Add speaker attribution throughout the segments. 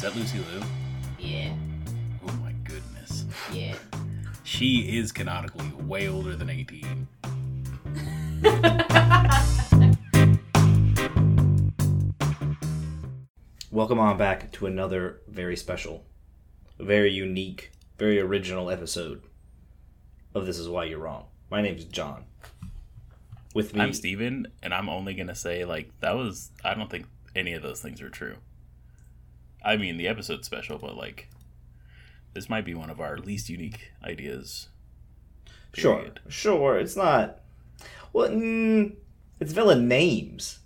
Speaker 1: that Lucy Liu?
Speaker 2: Yeah,
Speaker 1: Oh my goodness.
Speaker 2: yeah.
Speaker 1: She is canonically way older than 18.
Speaker 3: Welcome on back to another very special, very unique, very original episode of This Is Why You're Wrong. My name's John. With me,
Speaker 1: I'm Steven, and I'm only going to say, like, that was. I don't think any of those things are true. I mean, the episode's special, but, like, this might be one of our least unique ideas.
Speaker 3: Sure,
Speaker 1: period.
Speaker 3: sure. It's not. Well, mm, it's villain names.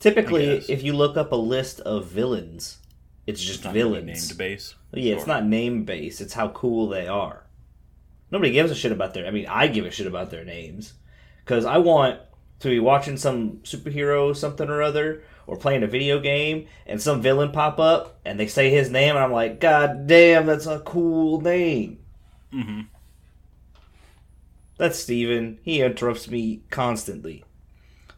Speaker 3: Typically,
Speaker 1: guess.
Speaker 3: if you look up a list of villains, it's just
Speaker 1: It's not really
Speaker 3: villains.
Speaker 1: Named base.
Speaker 3: yeah, it's
Speaker 1: Sure.
Speaker 3: not name based. It's how cool they are. Nobody gives a shit about their. I mean, I give a shit about their names because I want to be watching some superhero something or other or playing a video game and some villain pop up and they say his name and I'm like, God damn, that's a cool name.
Speaker 1: Mm-hmm.
Speaker 3: That's Steven. He interrupts me constantly.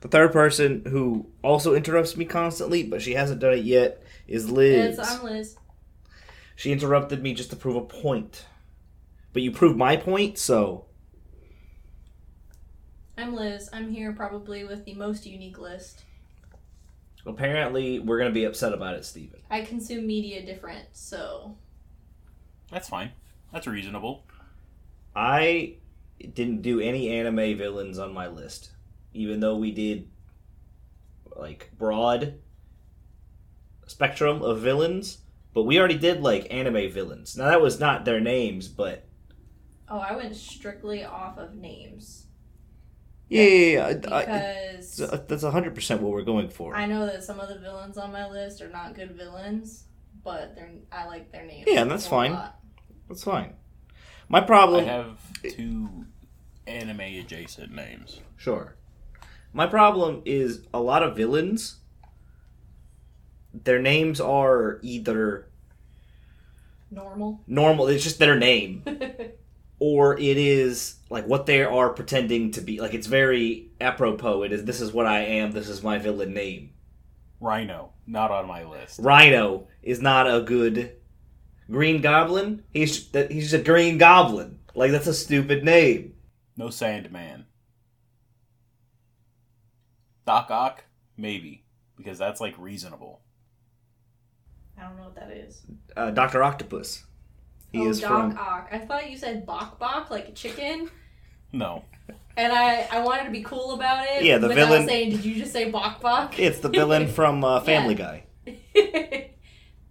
Speaker 3: The third person who also interrupts me constantly, but she hasn't done it yet, is Liz.
Speaker 2: Yes, I'm Liz.
Speaker 3: She interrupted me just to prove a point. But you proved my point, so
Speaker 2: I'm Liz. I'm here probably with the most unique list.
Speaker 3: apparently we're gonna be upset about it, Steven.
Speaker 2: I consume media different, so
Speaker 1: That's fine. That's reasonable.
Speaker 3: I didn't do any anime villains on my list, even though we did like broad spectrum of villains. But we already did like anime villains. Now that was not their names, but
Speaker 2: oh, I went strictly off of names
Speaker 3: yeah, yeah, yeah, I- I-
Speaker 2: because
Speaker 3: it's- that's hundred percent what we're going for.
Speaker 2: I know that some of the villains on my list are not good villains, but they're I like their names.
Speaker 3: Yeah, and that's
Speaker 2: a
Speaker 3: fine.
Speaker 2: lot.
Speaker 3: That's fine. My
Speaker 1: I
Speaker 3: problem.
Speaker 1: have two anime adjacent names.
Speaker 3: Sure. My problem is a lot of villains. Their names are either
Speaker 2: Normal.
Speaker 3: normal. It's just their name. or it is like what they are pretending to be. Like it's very apropos. It is this is what I am. This is my villain name.
Speaker 1: Rhino, not on my list.
Speaker 3: Rhino is not a good Green Goblin. He's that he's a Green Goblin. Like that's a stupid name.
Speaker 1: No Sandman. Doc Ock, maybe, because that's like reasonable.
Speaker 2: I don't know what that is.
Speaker 3: Uh, Doctor Octopus. He
Speaker 2: oh,
Speaker 3: is
Speaker 2: Doc
Speaker 3: from
Speaker 2: Ock. I thought you said Bok Bok like a chicken,
Speaker 1: No,
Speaker 2: and I I wanted to be cool about it.
Speaker 3: Yeah, the
Speaker 2: without
Speaker 3: villain-
Speaker 2: saying, "Did you just say Bok Bok?"
Speaker 3: it's the villain from uh, Family Guy.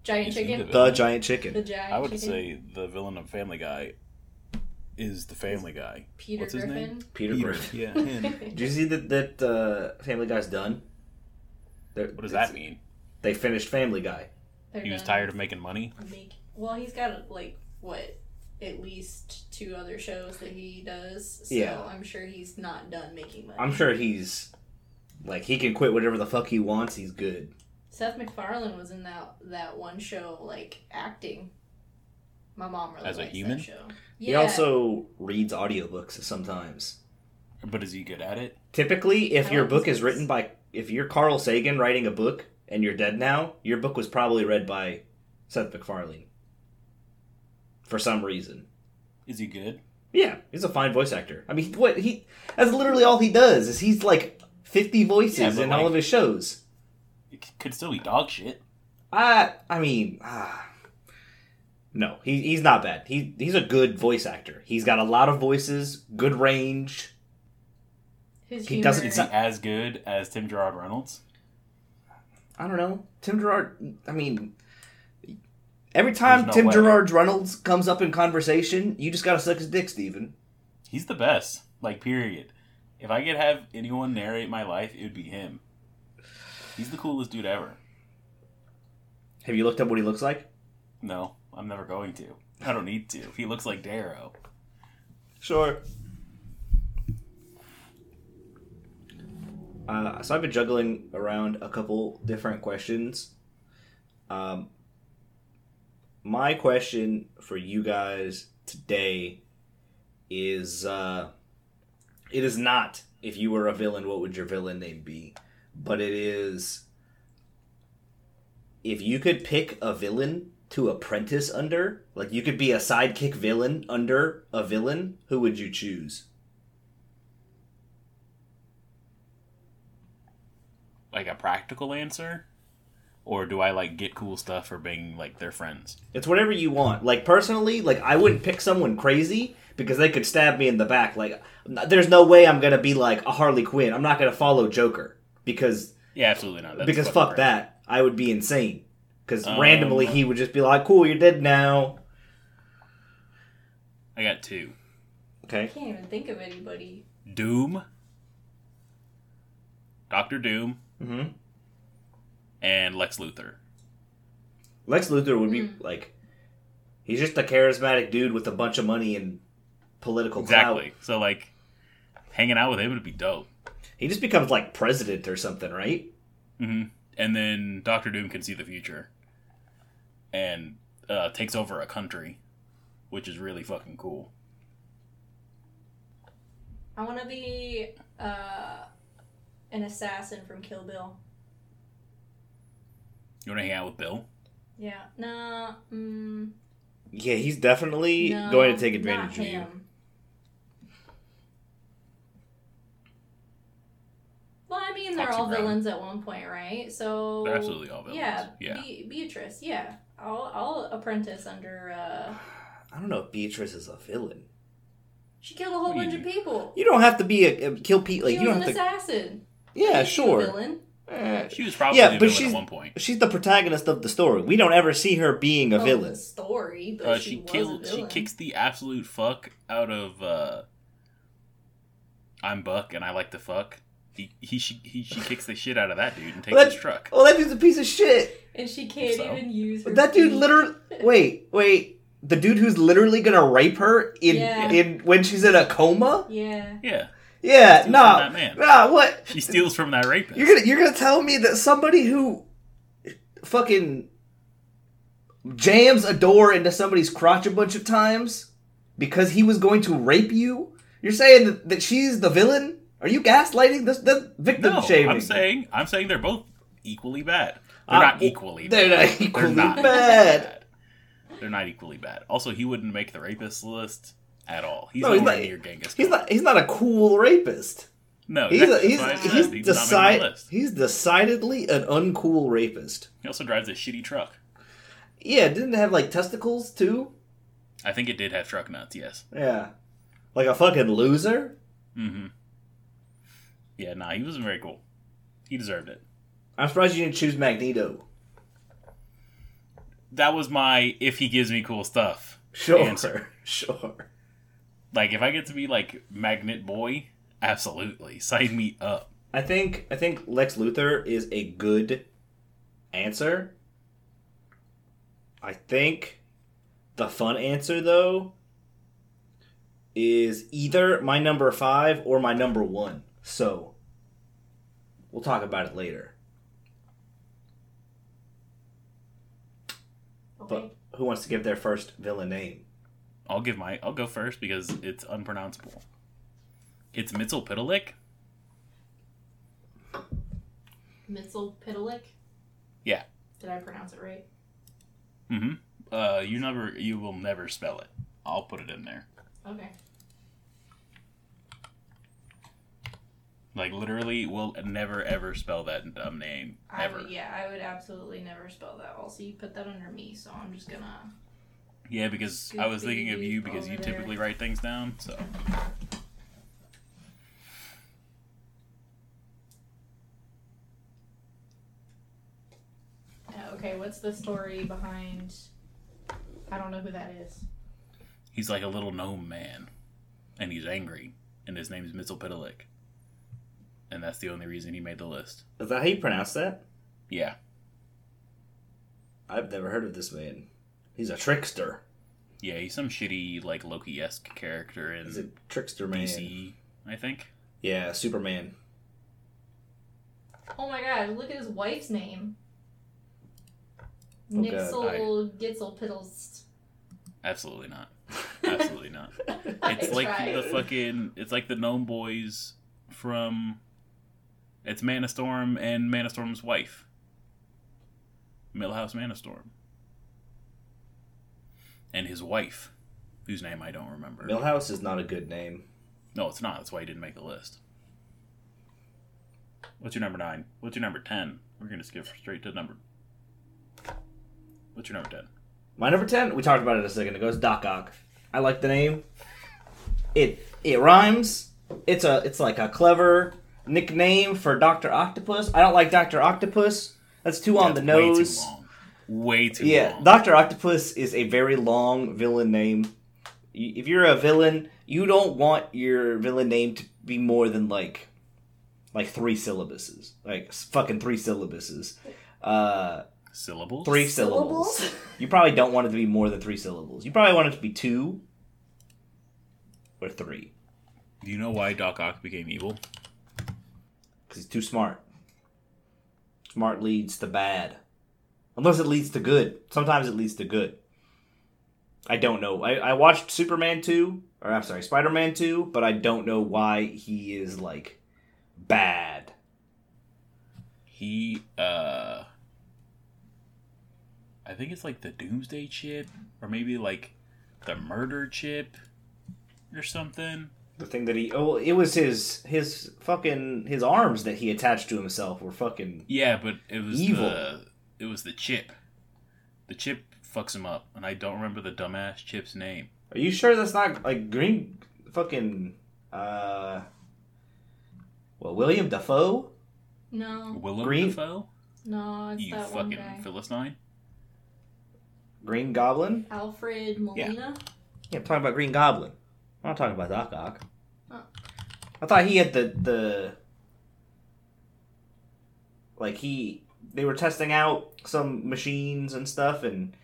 Speaker 2: giant
Speaker 1: He's
Speaker 2: chicken.
Speaker 1: into
Speaker 3: The Giant Chicken.
Speaker 2: The giant.
Speaker 1: I would
Speaker 2: chicken.
Speaker 1: say the villain of Family Guy is the Family Guy.
Speaker 2: Peter
Speaker 1: what's his
Speaker 2: Griffin.
Speaker 1: name?
Speaker 3: Peter,
Speaker 1: yeah. him.
Speaker 3: Did you see that that uh, Family Guy's done? They're-
Speaker 1: What does
Speaker 3: it's-
Speaker 1: that mean?
Speaker 3: They finished Family Guy.
Speaker 2: They're
Speaker 1: He was
Speaker 2: done.
Speaker 1: tired of making money.
Speaker 2: Make, well, he's got like what, at least two other shows that he does. So
Speaker 3: Yeah.
Speaker 2: I'm sure he's not done making money.
Speaker 3: I'm sure he's like he can quit whatever the fuck he wants. He's good.
Speaker 2: Seth MacFarlane was in that that one show like acting. My mom really
Speaker 1: As a
Speaker 2: likes
Speaker 1: human?
Speaker 2: That show. Yeah.
Speaker 3: He also reads audiobooks sometimes.
Speaker 1: But is he good at it?
Speaker 3: Typically, if
Speaker 2: I
Speaker 3: your
Speaker 2: like
Speaker 3: book
Speaker 2: his
Speaker 3: is written by if you're Carl Sagan writing a book and you're dead now, your book was probably read by Seth MacFarlane. For some reason.
Speaker 1: Is he good?
Speaker 3: Yeah, he's a fine voice actor. I mean, what he that's literally all he does is he's like 50 voices
Speaker 1: Yeah, but
Speaker 3: in
Speaker 1: like-
Speaker 3: all of his shows.
Speaker 1: It c- could still be dog shit.
Speaker 3: I I mean, ah, no, he, he's not bad. He he's a good voice actor. He's got a lot of voices, good range.
Speaker 2: His
Speaker 3: he
Speaker 2: humor-
Speaker 3: doesn't-
Speaker 1: Is he as good as Tim Gerard Reynolds?
Speaker 3: I don't know, Tim Gerard. I mean, every time
Speaker 1: There's no
Speaker 3: Tim
Speaker 1: way.
Speaker 3: Gerard Reynolds comes up in conversation, you just gotta suck his dick, Steven.
Speaker 1: He's the best. Like period. If I could have anyone narrate my life, it would be him. He's the coolest dude ever.
Speaker 3: Have you looked up what he looks like?
Speaker 1: No, I'm never going to. I don't need to. He looks like Darrow.
Speaker 3: Sure. Uh, so I've been juggling around a couple different questions. Um, my question for you guys today is uh, it is not if you were a villain, what would your villain name be? But it is if you could pick a villain to apprentice under, like you could be a sidekick villain under a villain, who would you choose?
Speaker 1: Like a practical answer, or do I like get cool stuff for being like their friends?
Speaker 3: It's whatever you want. Like personally, like I wouldn't pick someone crazy because they could stab me in the back. Like there's no way I'm gonna be like a Harley Quinn. I'm not gonna follow Joker because
Speaker 1: Yeah, absolutely not. That's
Speaker 3: because
Speaker 1: fucking
Speaker 3: fuck
Speaker 1: crazy.
Speaker 3: that. I would be insane. Because
Speaker 1: Um,
Speaker 3: randomly he would just be like, "Cool, you're dead now."
Speaker 1: I got two.
Speaker 2: I
Speaker 3: Okay.
Speaker 2: can't even think of anybody.
Speaker 1: Doom, Doctor Doom,
Speaker 3: hmm
Speaker 1: and Lex Luthor.
Speaker 3: Lex Luthor would be
Speaker 2: Mm.
Speaker 3: like, he's just a charismatic dude with a bunch of money and political clout.
Speaker 1: Exactly. So like, hanging out with him would be dope.
Speaker 3: He just becomes like president or something, right?
Speaker 1: hmm And then Doctor Doom can see the future, and uh, takes over a country, which is really fucking cool.
Speaker 2: I want to be uh, an assassin from Kill Bill.
Speaker 1: You want to hang out with Bill?
Speaker 2: Yeah. Nah. Mm,
Speaker 3: Yeah, he's definitely
Speaker 2: no,
Speaker 3: going to take
Speaker 2: not
Speaker 3: advantage of you.
Speaker 2: him. Well, I mean, they're
Speaker 1: Foxy
Speaker 2: all
Speaker 1: Brown.
Speaker 2: villains at one point, right? So
Speaker 1: They're absolutely all villains.
Speaker 2: Yeah,
Speaker 1: Yeah.
Speaker 2: Be- Beatrice. Yeah, I'll I'll apprentice under. uh
Speaker 3: I don't know if Beatrice is a villain.
Speaker 2: She killed a whole
Speaker 1: What do you
Speaker 2: bunch of people.
Speaker 3: You don't have to be a, a kill Pete. Like
Speaker 2: she
Speaker 3: you
Speaker 2: was
Speaker 3: don't
Speaker 2: an
Speaker 3: have to.
Speaker 2: assassin.
Speaker 3: Yeah,
Speaker 2: She's a
Speaker 3: sure.
Speaker 2: Villain.
Speaker 3: Eh,
Speaker 1: She was probably
Speaker 3: Yeah,
Speaker 1: a
Speaker 3: but
Speaker 1: villain
Speaker 3: she's-
Speaker 1: at one point.
Speaker 3: she's the protagonist of the story. We don't ever see her being a
Speaker 2: Well,
Speaker 3: villain.
Speaker 2: Story, but
Speaker 1: Uh,
Speaker 2: she,
Speaker 1: she
Speaker 2: was
Speaker 1: kills.
Speaker 2: A
Speaker 1: She
Speaker 2: villain.
Speaker 1: kicks the absolute fuck out of. Uh, I'm Buck, and I like to fuck. He he she, he she kicks the shit out of that dude and takes
Speaker 3: That-
Speaker 1: his truck.
Speaker 3: Oh, that dude's a piece of shit.
Speaker 2: and she can't
Speaker 1: So?
Speaker 2: even use. Her
Speaker 3: That dude
Speaker 2: feet.
Speaker 3: literally. Wait, wait. The dude who's literally gonna rape her in
Speaker 2: Yeah.
Speaker 3: in when she's in a coma.
Speaker 2: Yeah.
Speaker 1: Yeah,
Speaker 3: Yeah,
Speaker 1: steals
Speaker 3: nah,
Speaker 1: from that man.
Speaker 3: nah. What?
Speaker 1: she steals from that rapist.
Speaker 3: You're gonna you're gonna tell me that somebody who fucking jams a door into somebody's crotch a bunch of times because he was going to rape you? You're saying that, that she's the villain? Are you gaslighting this the victim
Speaker 1: no,
Speaker 3: shaming?
Speaker 1: I'm saying I'm saying they're both equally bad. They're
Speaker 3: Uh,
Speaker 1: not equally.
Speaker 3: they're
Speaker 1: bad.
Speaker 3: not equally
Speaker 1: not
Speaker 3: bad.
Speaker 1: They're not equally bad. Also, he wouldn't make the rapist list at all. He's
Speaker 3: No,
Speaker 1: nowhere
Speaker 3: he's not-
Speaker 1: near Genghis.
Speaker 3: He's
Speaker 1: Khan.
Speaker 3: not he's not a cool rapist.
Speaker 1: No,
Speaker 3: He's a,
Speaker 1: exactly.
Speaker 3: he's
Speaker 1: That's why I
Speaker 3: he's,
Speaker 1: said he does not make the
Speaker 3: decide,
Speaker 1: list.
Speaker 3: he's decidedly an uncool rapist.
Speaker 1: He also drives a shitty truck.
Speaker 3: Yeah, didn't it have like testicles too?
Speaker 1: I think it did have truck nuts. Yes.
Speaker 3: Yeah. Like a fucking loser?
Speaker 1: Mm-hmm. Yeah, nah, he wasn't very cool. He deserved it.
Speaker 3: I'm surprised you didn't choose Magneto.
Speaker 1: That was my if he gives me cool stuff.
Speaker 3: Sure.
Speaker 1: Answer.
Speaker 3: Sure.
Speaker 1: Like if I get to be like Magnet Boy, absolutely sign me up.
Speaker 3: I think I think Lex Luthor is a good answer. I think the fun answer though is either my number 5 or my number 1. So we'll talk about it later.
Speaker 2: Okay.
Speaker 3: Who wants to give their first villain name?
Speaker 1: I'll give my I'll go first because it's unpronounceable. It's Mitzel Pitalik.
Speaker 2: Mitzel Pitalik.
Speaker 1: Yeah.
Speaker 2: Did I pronounce it right?
Speaker 1: Mm-hmm. Uh, you never you will never spell it. I'll put it in there.
Speaker 2: Okay.
Speaker 1: Like literally, we'll never ever spell that dumb name
Speaker 2: I
Speaker 1: ever.
Speaker 2: would, yeah, I would absolutely never spell that. Also, you put that under me, so I'm just gonna.
Speaker 1: Yeah, because I was thinking of
Speaker 2: Goofy
Speaker 1: you because you
Speaker 2: over there.
Speaker 1: typically write things down. So
Speaker 2: Uh, okay, what's the story behind? I don't know who that is.
Speaker 1: he's like a little gnome man, and he's angry, and his name is Mitzel Pitalik, and that's the only reason he made the list.
Speaker 3: Is that how you pronounce that?
Speaker 1: Yeah,
Speaker 3: I've never heard of this man. He's a trickster.
Speaker 1: yeah, he's some shitty like Loki esque character in
Speaker 3: He's a trickster man.
Speaker 1: DC, I think.
Speaker 3: Yeah, Superman.
Speaker 2: Oh my god! Look at his wife's name.
Speaker 3: Oh god,
Speaker 2: Nixel Gitzel Piddles.
Speaker 1: Absolutely not. Absolutely not. It's
Speaker 2: I
Speaker 1: like
Speaker 2: tried.
Speaker 1: the fucking. It's like the gnome boys from. It's Man of Storm and Man of Storm's wife. Millhouse Manastorm, and his wife, whose name I don't remember.
Speaker 3: Millhouse is not a good name.
Speaker 1: No, it's not. That's why he didn't make the list. What's your number nine? What's your number ten? We're gonna skip straight to number. What's your number ten?
Speaker 3: My number ten, we talked about it a second ago, is Doc Ock. I like the name. It it rhymes. It's a it's like a clever nickname for Doctor Octopus. I don't like Doctor Octopus. That's too on the
Speaker 1: That's way
Speaker 3: nose.
Speaker 1: Too long. Way too
Speaker 3: Yeah,
Speaker 1: long.
Speaker 3: Doctor Octopus is a very long villain name. Y- If you're a villain, you don't want your villain name to be more than like, like three syllabuses, like s- fucking three syllabuses, uh,
Speaker 1: Syllables.
Speaker 3: three syllables. You probably don't want it to be more than three syllables. You probably want it to be two or three
Speaker 1: Do you know why Doc Ock became evil?
Speaker 3: because he's too smart. Smart leads to bad, unless it leads to good. Sometimes it leads to good. I don't know. I, I watched Superman two, or I'm sorry, Spider Man two, but I don't know why he is like bad.
Speaker 1: He, uh, I think it's like the Doomsday Chip, or maybe like the Murder Chip, or something.
Speaker 3: The thing that he oh, it was his his fucking his arms that he attached to himself were fucking
Speaker 1: Yeah, but it was
Speaker 3: Evil.
Speaker 1: The, it was the chip. The chip fucks him up, and I don't remember the dumbass chip's name.
Speaker 3: Are you sure that's not like green fucking uh well William Defoe?
Speaker 2: No,
Speaker 1: Willem
Speaker 3: Green-
Speaker 1: Dafoe?
Speaker 2: no, it's
Speaker 1: You
Speaker 2: that one
Speaker 1: fucking
Speaker 2: guy.
Speaker 1: philistine.
Speaker 3: Green Goblin?
Speaker 2: Alfred Molina.
Speaker 3: Yeah, I'm talking about Green Goblin. I'm not talking about Doc Ock.
Speaker 2: Oh.
Speaker 3: I thought he had the the like he they were testing out some machines and stuff and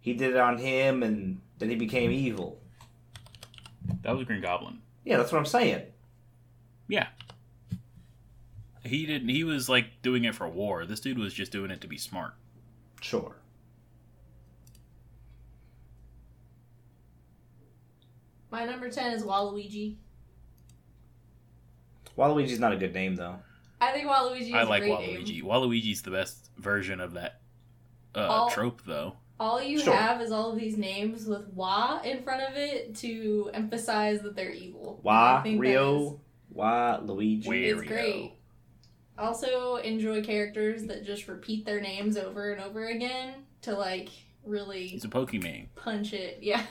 Speaker 3: he did it on him and then he became evil.
Speaker 1: That was Green Goblin.
Speaker 3: Yeah, that's what I'm saying.
Speaker 1: Yeah. He didn't. He was like doing it for war. This dude was just doing it to be smart.
Speaker 3: Sure.
Speaker 2: My number ten is Waluigi.
Speaker 3: Waluigi's not a good name though.
Speaker 2: I think Waluigi. Is
Speaker 1: I like
Speaker 2: a great name.
Speaker 1: Waluigi. Waluigi's the best version of that uh,
Speaker 2: All-
Speaker 1: trope, though.
Speaker 2: All you
Speaker 3: Sure.
Speaker 2: have is all of these names with "wa" in front of it to emphasize that they're evil. I
Speaker 3: Why
Speaker 2: think that is-
Speaker 3: Rio? Why Luigi?
Speaker 1: Wait.
Speaker 2: It's
Speaker 1: Wario.
Speaker 2: great. Also, enjoy characters that just repeat their names over and over again to like really
Speaker 1: He's a Pokemon.
Speaker 2: punch it. Yeah.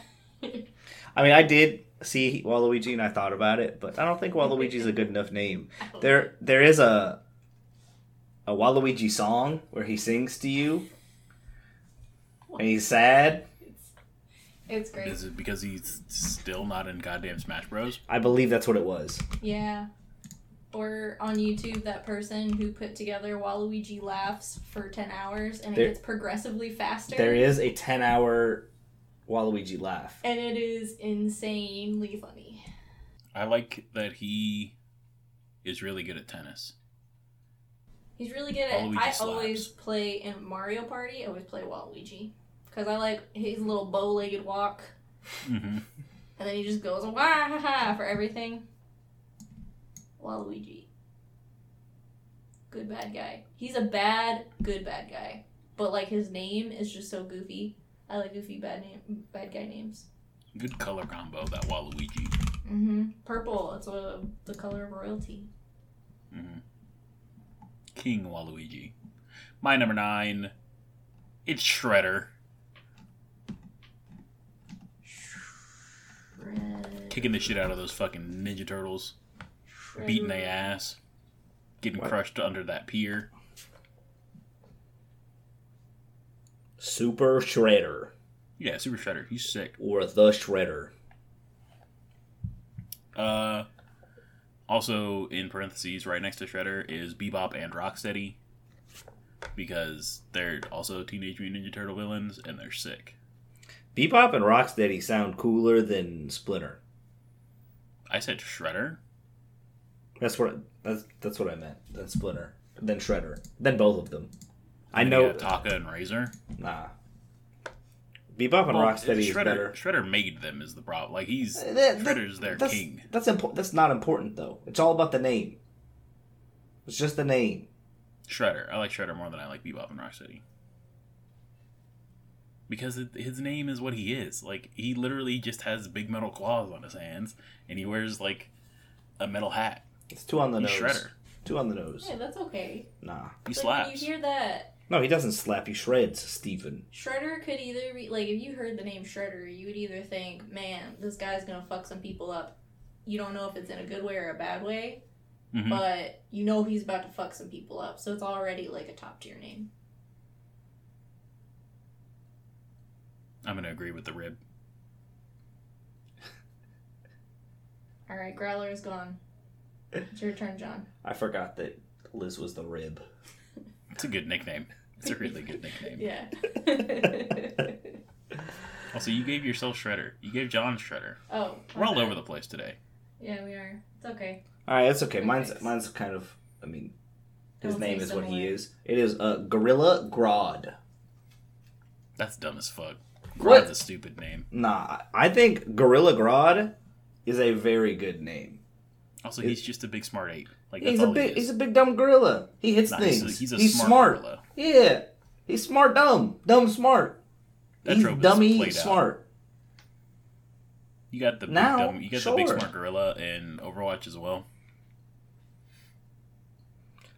Speaker 3: I mean, I did see Waluigi and I thought about it, but I don't think Waluigi's a good enough name. There, there is a a Waluigi song where he sings to you, and he's sad.
Speaker 2: It's, it's great.
Speaker 1: Is it because he's still not in goddamn Smash Bros?
Speaker 3: I believe that's what it was.
Speaker 2: Yeah. Or on YouTube, that person who put together Waluigi laughs for 10 hours and
Speaker 3: There-
Speaker 2: it gets progressively faster.
Speaker 3: There is a ten hour Waluigi laugh.
Speaker 2: And it is insanely funny.
Speaker 1: I like that he is really good at tennis.
Speaker 2: He's really good at
Speaker 1: Waluigi
Speaker 2: I
Speaker 1: slaps.
Speaker 2: always play in Mario Party, I always play Waluigi. Because I like his little bow legged walk.
Speaker 1: hmm
Speaker 2: And then he just goes wah ha ha for everything. Waluigi. Good bad guy. He's a bad, good bad guy. But like his name is just so goofy. I like goofy bad name bad guy names.
Speaker 1: Good color combo that Waluigi.
Speaker 2: Mm-hmm. Purple, it's a, the color of royalty.
Speaker 1: hmm King Waluigi. My number nine. It's Shredder.
Speaker 2: Red,
Speaker 1: Kicking the shit out of those fucking Ninja Turtles.
Speaker 2: Mm-hmm.
Speaker 1: Beating their ass. Getting
Speaker 3: What?
Speaker 1: crushed under that pier.
Speaker 3: Super Shredder
Speaker 1: Yeah, Super Shredder. He's sick.
Speaker 3: or the Shredder.
Speaker 1: Uh, also, in parentheses, right next to Shredder is Bebop and Rocksteady because they're also Teenage Mutant Ninja Turtle villains and they're sick.
Speaker 3: Bebop and Rocksteady sound cooler than Splinter.
Speaker 1: I said Shredder.
Speaker 3: That's what that's that's what I meant. Then Splinter, then Shredder, then both of them. I
Speaker 1: Then
Speaker 3: know.
Speaker 1: you got Taka and Razor.
Speaker 3: Nah. Bebop and
Speaker 1: Well,
Speaker 3: Rocksteady is
Speaker 1: Shredder,
Speaker 3: better.
Speaker 1: Shredder made them is the problem. Like he's
Speaker 3: Uh, that-
Speaker 1: Shredder's their
Speaker 3: that's,
Speaker 1: king.
Speaker 3: That's important. That's not important though. It's all about the name. It's just the name.
Speaker 1: Shredder. I like Shredder more than I like Bebop and Rocksteady. because it, his name is what he is. Like he literally just has big metal claws on his hands, and he wears like a metal hat.
Speaker 3: It's two on the
Speaker 1: He's
Speaker 3: nose.
Speaker 1: Shredder.
Speaker 3: Two on the nose.
Speaker 2: Yeah, that's okay.
Speaker 3: Nah.
Speaker 1: He
Speaker 2: But when
Speaker 1: slaps.
Speaker 2: you hear that
Speaker 3: No, he doesn't slap. He shreds, Steven.
Speaker 2: Shredder could either be like if you heard the name Shredder, you would either think, "Man, this guy's gonna fuck some people up." You don't know if it's in a good way or a bad way,
Speaker 1: Mhm.
Speaker 2: but you know he's about to fuck some people up, so it's already like a top tier name.
Speaker 1: I'm gonna agree with the rib.
Speaker 2: All right, Growler is gone. It's your turn, John.
Speaker 3: I forgot that Liz was the rib.
Speaker 1: It's a good nickname. It's a really good nickname.
Speaker 2: Yeah.
Speaker 1: Also, you gave yourself Shredder. You gave John Shredder.
Speaker 2: oh,
Speaker 1: We're all
Speaker 2: okay.
Speaker 1: over the place today.
Speaker 2: Yeah, we are. It's okay.
Speaker 3: All right, that's okay. Mine's
Speaker 2: Perfect.
Speaker 3: mine's kind of. I mean, his
Speaker 2: Don't
Speaker 3: name
Speaker 2: say
Speaker 3: is what he
Speaker 2: similar.
Speaker 3: is. It is uh, Gorilla Grodd.
Speaker 1: That's dumb as fuck.
Speaker 3: What?
Speaker 1: That's a stupid name.
Speaker 3: Nah, I think Gorilla Grodd is a very good name.
Speaker 1: Also, he's just a big smart ape. Like that's
Speaker 3: He's
Speaker 1: all
Speaker 3: a big,
Speaker 1: he
Speaker 3: he's
Speaker 1: is.
Speaker 3: a big dumb gorilla. He hits
Speaker 1: Nah,
Speaker 3: things.
Speaker 1: he's a, he's a smart,
Speaker 3: smart.
Speaker 1: gorilla.
Speaker 3: Yeah, he's smart, dumb, dumb, smart.
Speaker 1: That
Speaker 3: he's
Speaker 1: trope is
Speaker 3: dummy,
Speaker 1: played out.
Speaker 3: smart.
Speaker 1: You got the big
Speaker 3: Now,
Speaker 1: dumb, you got the big
Speaker 3: sure.
Speaker 1: smart gorilla in Overwatch as well.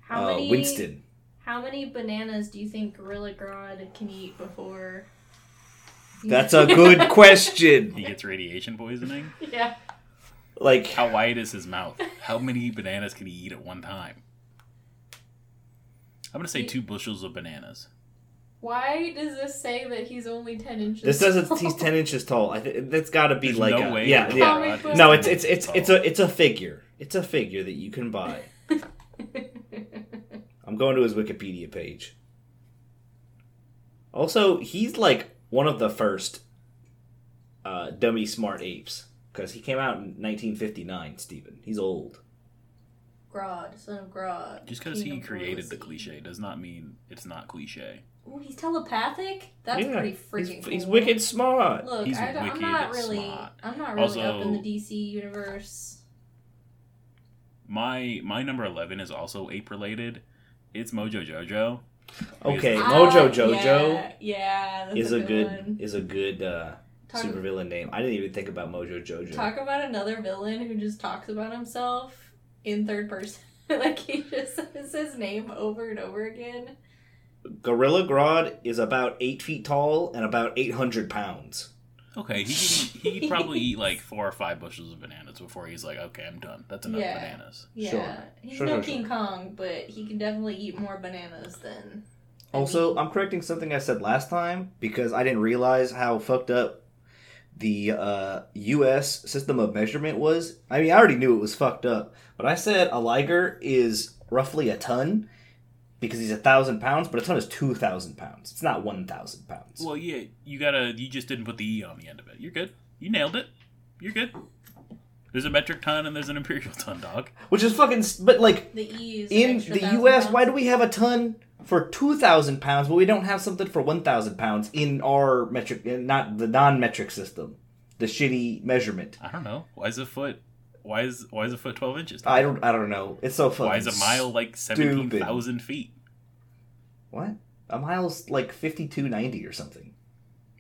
Speaker 2: How
Speaker 3: Uh,
Speaker 2: many
Speaker 3: Winston.
Speaker 2: How many bananas do you think Gorilla Grodd can eat before?
Speaker 3: That's a good question.
Speaker 1: He gets radiation poisoning.
Speaker 2: yeah.
Speaker 3: Like,
Speaker 1: How wide is his mouth? How many bananas can he eat at one time? I'm gonna say
Speaker 2: He-
Speaker 1: two bushels of bananas.
Speaker 2: Why does this say that he's only ten inches?
Speaker 3: this doesn't.
Speaker 2: tall?
Speaker 3: He's ten inches tall. I think that's got to be
Speaker 1: There's
Speaker 3: like,
Speaker 1: no
Speaker 3: a-
Speaker 1: way.
Speaker 3: yeah,
Speaker 1: Gorilla
Speaker 3: yeah.
Speaker 2: Comic
Speaker 1: Grodd is
Speaker 2: book.
Speaker 3: No,
Speaker 1: ten
Speaker 3: it's it's it's
Speaker 1: inches
Speaker 3: it's a it's a figure. It's a figure that you can buy. I'm going to his Wikipedia page. Also, he's like one of the first uh, dummy smart apes because he came out in 1959. Stephen, he's old.
Speaker 2: Grodd, son of
Speaker 1: tall.
Speaker 2: Grodd.
Speaker 1: Just because he
Speaker 2: king of
Speaker 1: created the
Speaker 2: Morrissey.
Speaker 1: cliche does not mean it's not cliche.
Speaker 2: Ooh, he's telepathic. That's
Speaker 3: Yeah,
Speaker 2: pretty freaking.
Speaker 3: He's, he's
Speaker 2: cool.
Speaker 3: wicked smart.
Speaker 2: Look,
Speaker 1: He's
Speaker 2: I don't, I'm
Speaker 1: wicked
Speaker 2: not really.
Speaker 1: smart.
Speaker 2: I'm not really up in
Speaker 1: Also-
Speaker 2: the DC universe.
Speaker 1: My my number eleven is also ape related. It's Mojo Jojo.
Speaker 3: Okay,
Speaker 1: Because-
Speaker 3: Mojo
Speaker 2: Ah,
Speaker 3: Jojo
Speaker 2: Yeah, yeah that's
Speaker 3: is a good
Speaker 2: one.
Speaker 3: is a good uh,
Speaker 2: Talk-
Speaker 3: supervillain name. I didn't even think about Mojo Jojo.
Speaker 2: Talk about another villain who just talks about himself in third person. like he just says his name over and over again.
Speaker 3: Gorilla Grodd is about eight feet tall and about 800 pounds.
Speaker 1: Okay, he could, eat- he could probably eat like four or five bushels of bananas before he's like, okay, I'm done. That's enough
Speaker 2: Yeah.
Speaker 1: bananas.
Speaker 2: Yeah.
Speaker 3: Sure.
Speaker 2: He's
Speaker 3: Sure,
Speaker 2: no
Speaker 3: sure,
Speaker 2: King Kong, but he can definitely eat more bananas than E,
Speaker 3: Also, um, I'm correcting something I said last time because I didn't realize how fucked up the uh, U.S. system of measurement was. I mean, I already knew it was fucked up, but I said a liger is roughly a ton because he's a thousand pounds, but a ton is two thousand pounds. It's not one thousand pounds.
Speaker 1: Well, yeah, you gotta. You just didn't put the e on the end of it. You're good. You nailed it. You're good. There's a metric ton and there's an imperial ton, dog.
Speaker 3: Which is fucking. s- But like
Speaker 2: the E's.
Speaker 3: in the U.S., why do we have a ton? For two thousand pounds, but we don't have something for one thousand pounds in our metric, in not the non-metric system, the shitty measurement.
Speaker 1: I don't know. Why is a foot? Why is why is a foot twelve inches?
Speaker 3: I don't. I don't know. It's so fucking.
Speaker 1: Why is a mile like seventeen thousand feet?
Speaker 3: What? A mile's like fifty-two ninety or something.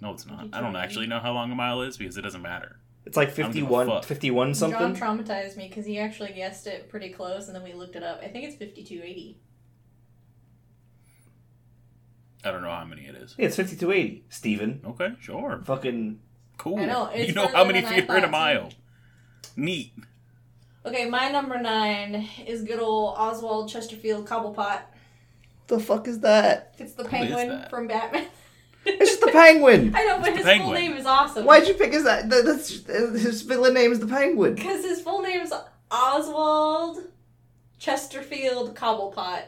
Speaker 1: No, it's not.
Speaker 2: Did you
Speaker 1: I don't
Speaker 2: try?
Speaker 1: actually know how long a mile is because it doesn't matter.
Speaker 3: It's like
Speaker 1: don't give a
Speaker 3: 51,
Speaker 1: fuck.
Speaker 3: 51 something.
Speaker 2: John traumatized me because he actually guessed it pretty close, and then we looked it up. I think it's fifty-two eighty.
Speaker 1: I don't know how many it is.
Speaker 3: yeah, it's fifty-two eighty. Steven.
Speaker 1: Okay, sure.
Speaker 3: Fucking.
Speaker 1: Cool.
Speaker 2: I know, it's
Speaker 1: you know how
Speaker 2: further
Speaker 1: many
Speaker 2: than I
Speaker 1: feet are in a
Speaker 2: thought,
Speaker 1: mile. Neat.
Speaker 2: Okay, my number nine is good old Oswald Chesterfield Cobblepot.
Speaker 3: The fuck is that?
Speaker 2: It's the
Speaker 1: Who is
Speaker 2: penguin
Speaker 1: that?
Speaker 2: from Batman.
Speaker 3: It's just the penguin.
Speaker 2: I know, but his full
Speaker 1: penguin.
Speaker 2: name is awesome.
Speaker 3: Why'd you pick his that? that- That's uh, his villain name is the penguin.
Speaker 2: Because his full name's Oswald Chesterfield Cobblepot.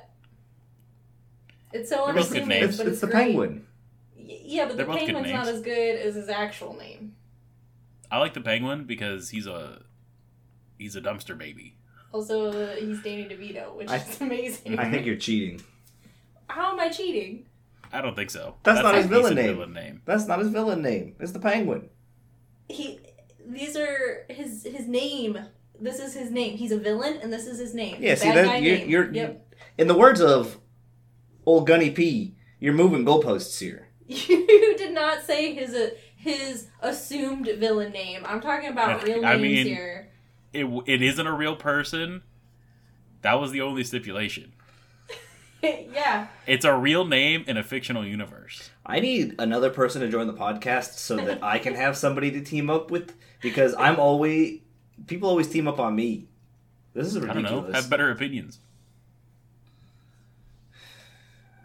Speaker 2: It's so
Speaker 1: They're both good
Speaker 2: unassuming,
Speaker 1: names.
Speaker 3: It's,
Speaker 2: but
Speaker 3: it's,
Speaker 2: it's
Speaker 3: the
Speaker 2: great.
Speaker 3: penguin.
Speaker 2: Y- Yeah, but
Speaker 1: They're
Speaker 2: the
Speaker 1: both good
Speaker 2: penguin's not
Speaker 1: names.
Speaker 2: as good as his actual name.
Speaker 1: I like the penguin because he's a he's a dumpster baby.
Speaker 2: Also, uh, he's Danny DeVito, which
Speaker 3: I-
Speaker 2: is
Speaker 1: Mm-hmm.
Speaker 2: amazing.
Speaker 3: I think you're cheating.
Speaker 2: How am I cheating?
Speaker 1: I don't think so.
Speaker 3: That's not
Speaker 1: a
Speaker 3: his villain
Speaker 1: decent
Speaker 3: name. That's not his villain name. It's the penguin.
Speaker 2: He, these are his his name. This is his name. He's a villain, and this is his name.
Speaker 3: Yeah.
Speaker 2: Bad
Speaker 3: see
Speaker 2: guy
Speaker 3: that you're,
Speaker 2: name.
Speaker 3: you're
Speaker 2: yep.
Speaker 3: in the words of old Gunny P. You're moving goalposts here.
Speaker 2: You did not say his uh, his assumed villain name. I'm talking about real
Speaker 1: I
Speaker 2: names
Speaker 1: mean-
Speaker 2: here.
Speaker 1: It w- it isn't a real person. That was the only stipulation.
Speaker 2: yeah.
Speaker 1: It's a real name in a fictional universe.
Speaker 3: I need another person to join the podcast so that I can have somebody to team up with because I'm always people always team up on me. This is
Speaker 1: I don't
Speaker 3: ridiculous.
Speaker 1: know. Have better opinions.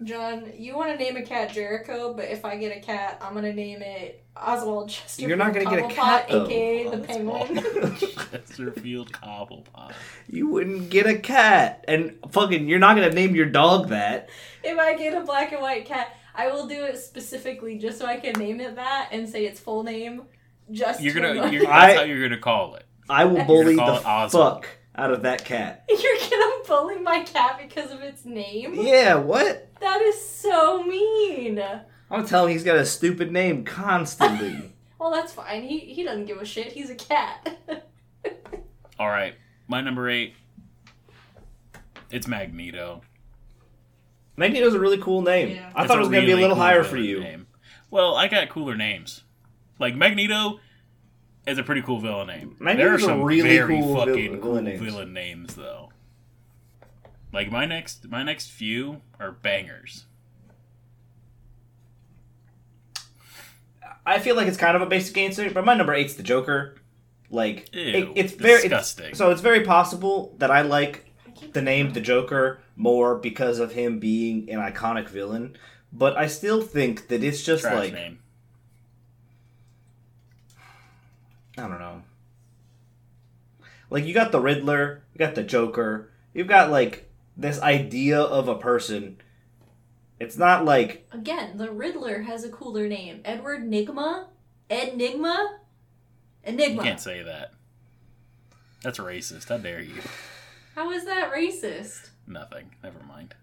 Speaker 2: John, you want to name a cat Jericho, but if I get a cat, I'm gonna name it Oswald Chester.
Speaker 3: You're not gonna get a
Speaker 2: Cobblepot,
Speaker 3: cat, though.
Speaker 2: aka the
Speaker 1: Oswald
Speaker 2: Penguin.
Speaker 1: Chesterfield Cobblepot.
Speaker 3: you wouldn't get a cat, and fucking, you're not gonna name your dog that.
Speaker 2: if I get a black and white cat, I will do it specifically just so I can name it that and say its full name. Just
Speaker 1: You're
Speaker 2: to-
Speaker 1: gonna. You're,
Speaker 2: you're,
Speaker 1: that's
Speaker 3: I-
Speaker 1: how you're gonna call it.
Speaker 3: I will bully
Speaker 1: call
Speaker 3: the
Speaker 1: it Oswald.
Speaker 3: fuck out of that cat.
Speaker 2: gonna bully my cat because of its name.
Speaker 3: Yeah, what?
Speaker 2: That is so mean.
Speaker 3: I'm gonna tell him he's got a stupid name constantly.
Speaker 2: Well, that's fine. He he doesn't give a shit. He's a cat.
Speaker 1: All right. My number eight. It's Magneto.
Speaker 3: Magneto's a really cool name.
Speaker 2: Yeah.
Speaker 3: I
Speaker 1: It's
Speaker 3: thought it was gonna be a
Speaker 1: really
Speaker 3: little
Speaker 1: cool
Speaker 3: higher for
Speaker 1: villain
Speaker 3: you.
Speaker 1: name. Well, I got cooler names. Like Magneto is a pretty cool villain name. there are
Speaker 3: Magneto's a
Speaker 1: some
Speaker 3: really
Speaker 1: very
Speaker 3: cool vil-
Speaker 1: fucking cool
Speaker 3: villain names.
Speaker 1: villain names though. Like my next my next few are bangers.
Speaker 3: I feel like it's kind of a basic answer, but my number eight's the Joker. Like
Speaker 1: Ew,
Speaker 3: it- it's very it's-
Speaker 1: disgusting.
Speaker 3: so it's very possible that I like the name the Joker more because of him being an iconic villain, but I still think that it's just
Speaker 1: Trash
Speaker 3: like
Speaker 1: name.
Speaker 3: I don't know. Like you got the Riddler, you got the Joker, you've got like this idea of a person. It's not like
Speaker 2: Again, the Riddler has a cooler name. Edward Nigma? Enigma?
Speaker 1: You
Speaker 2: Enigma.
Speaker 1: can't say that. That's racist. How dare you?
Speaker 2: How is that racist?
Speaker 1: Nothing. Never mind.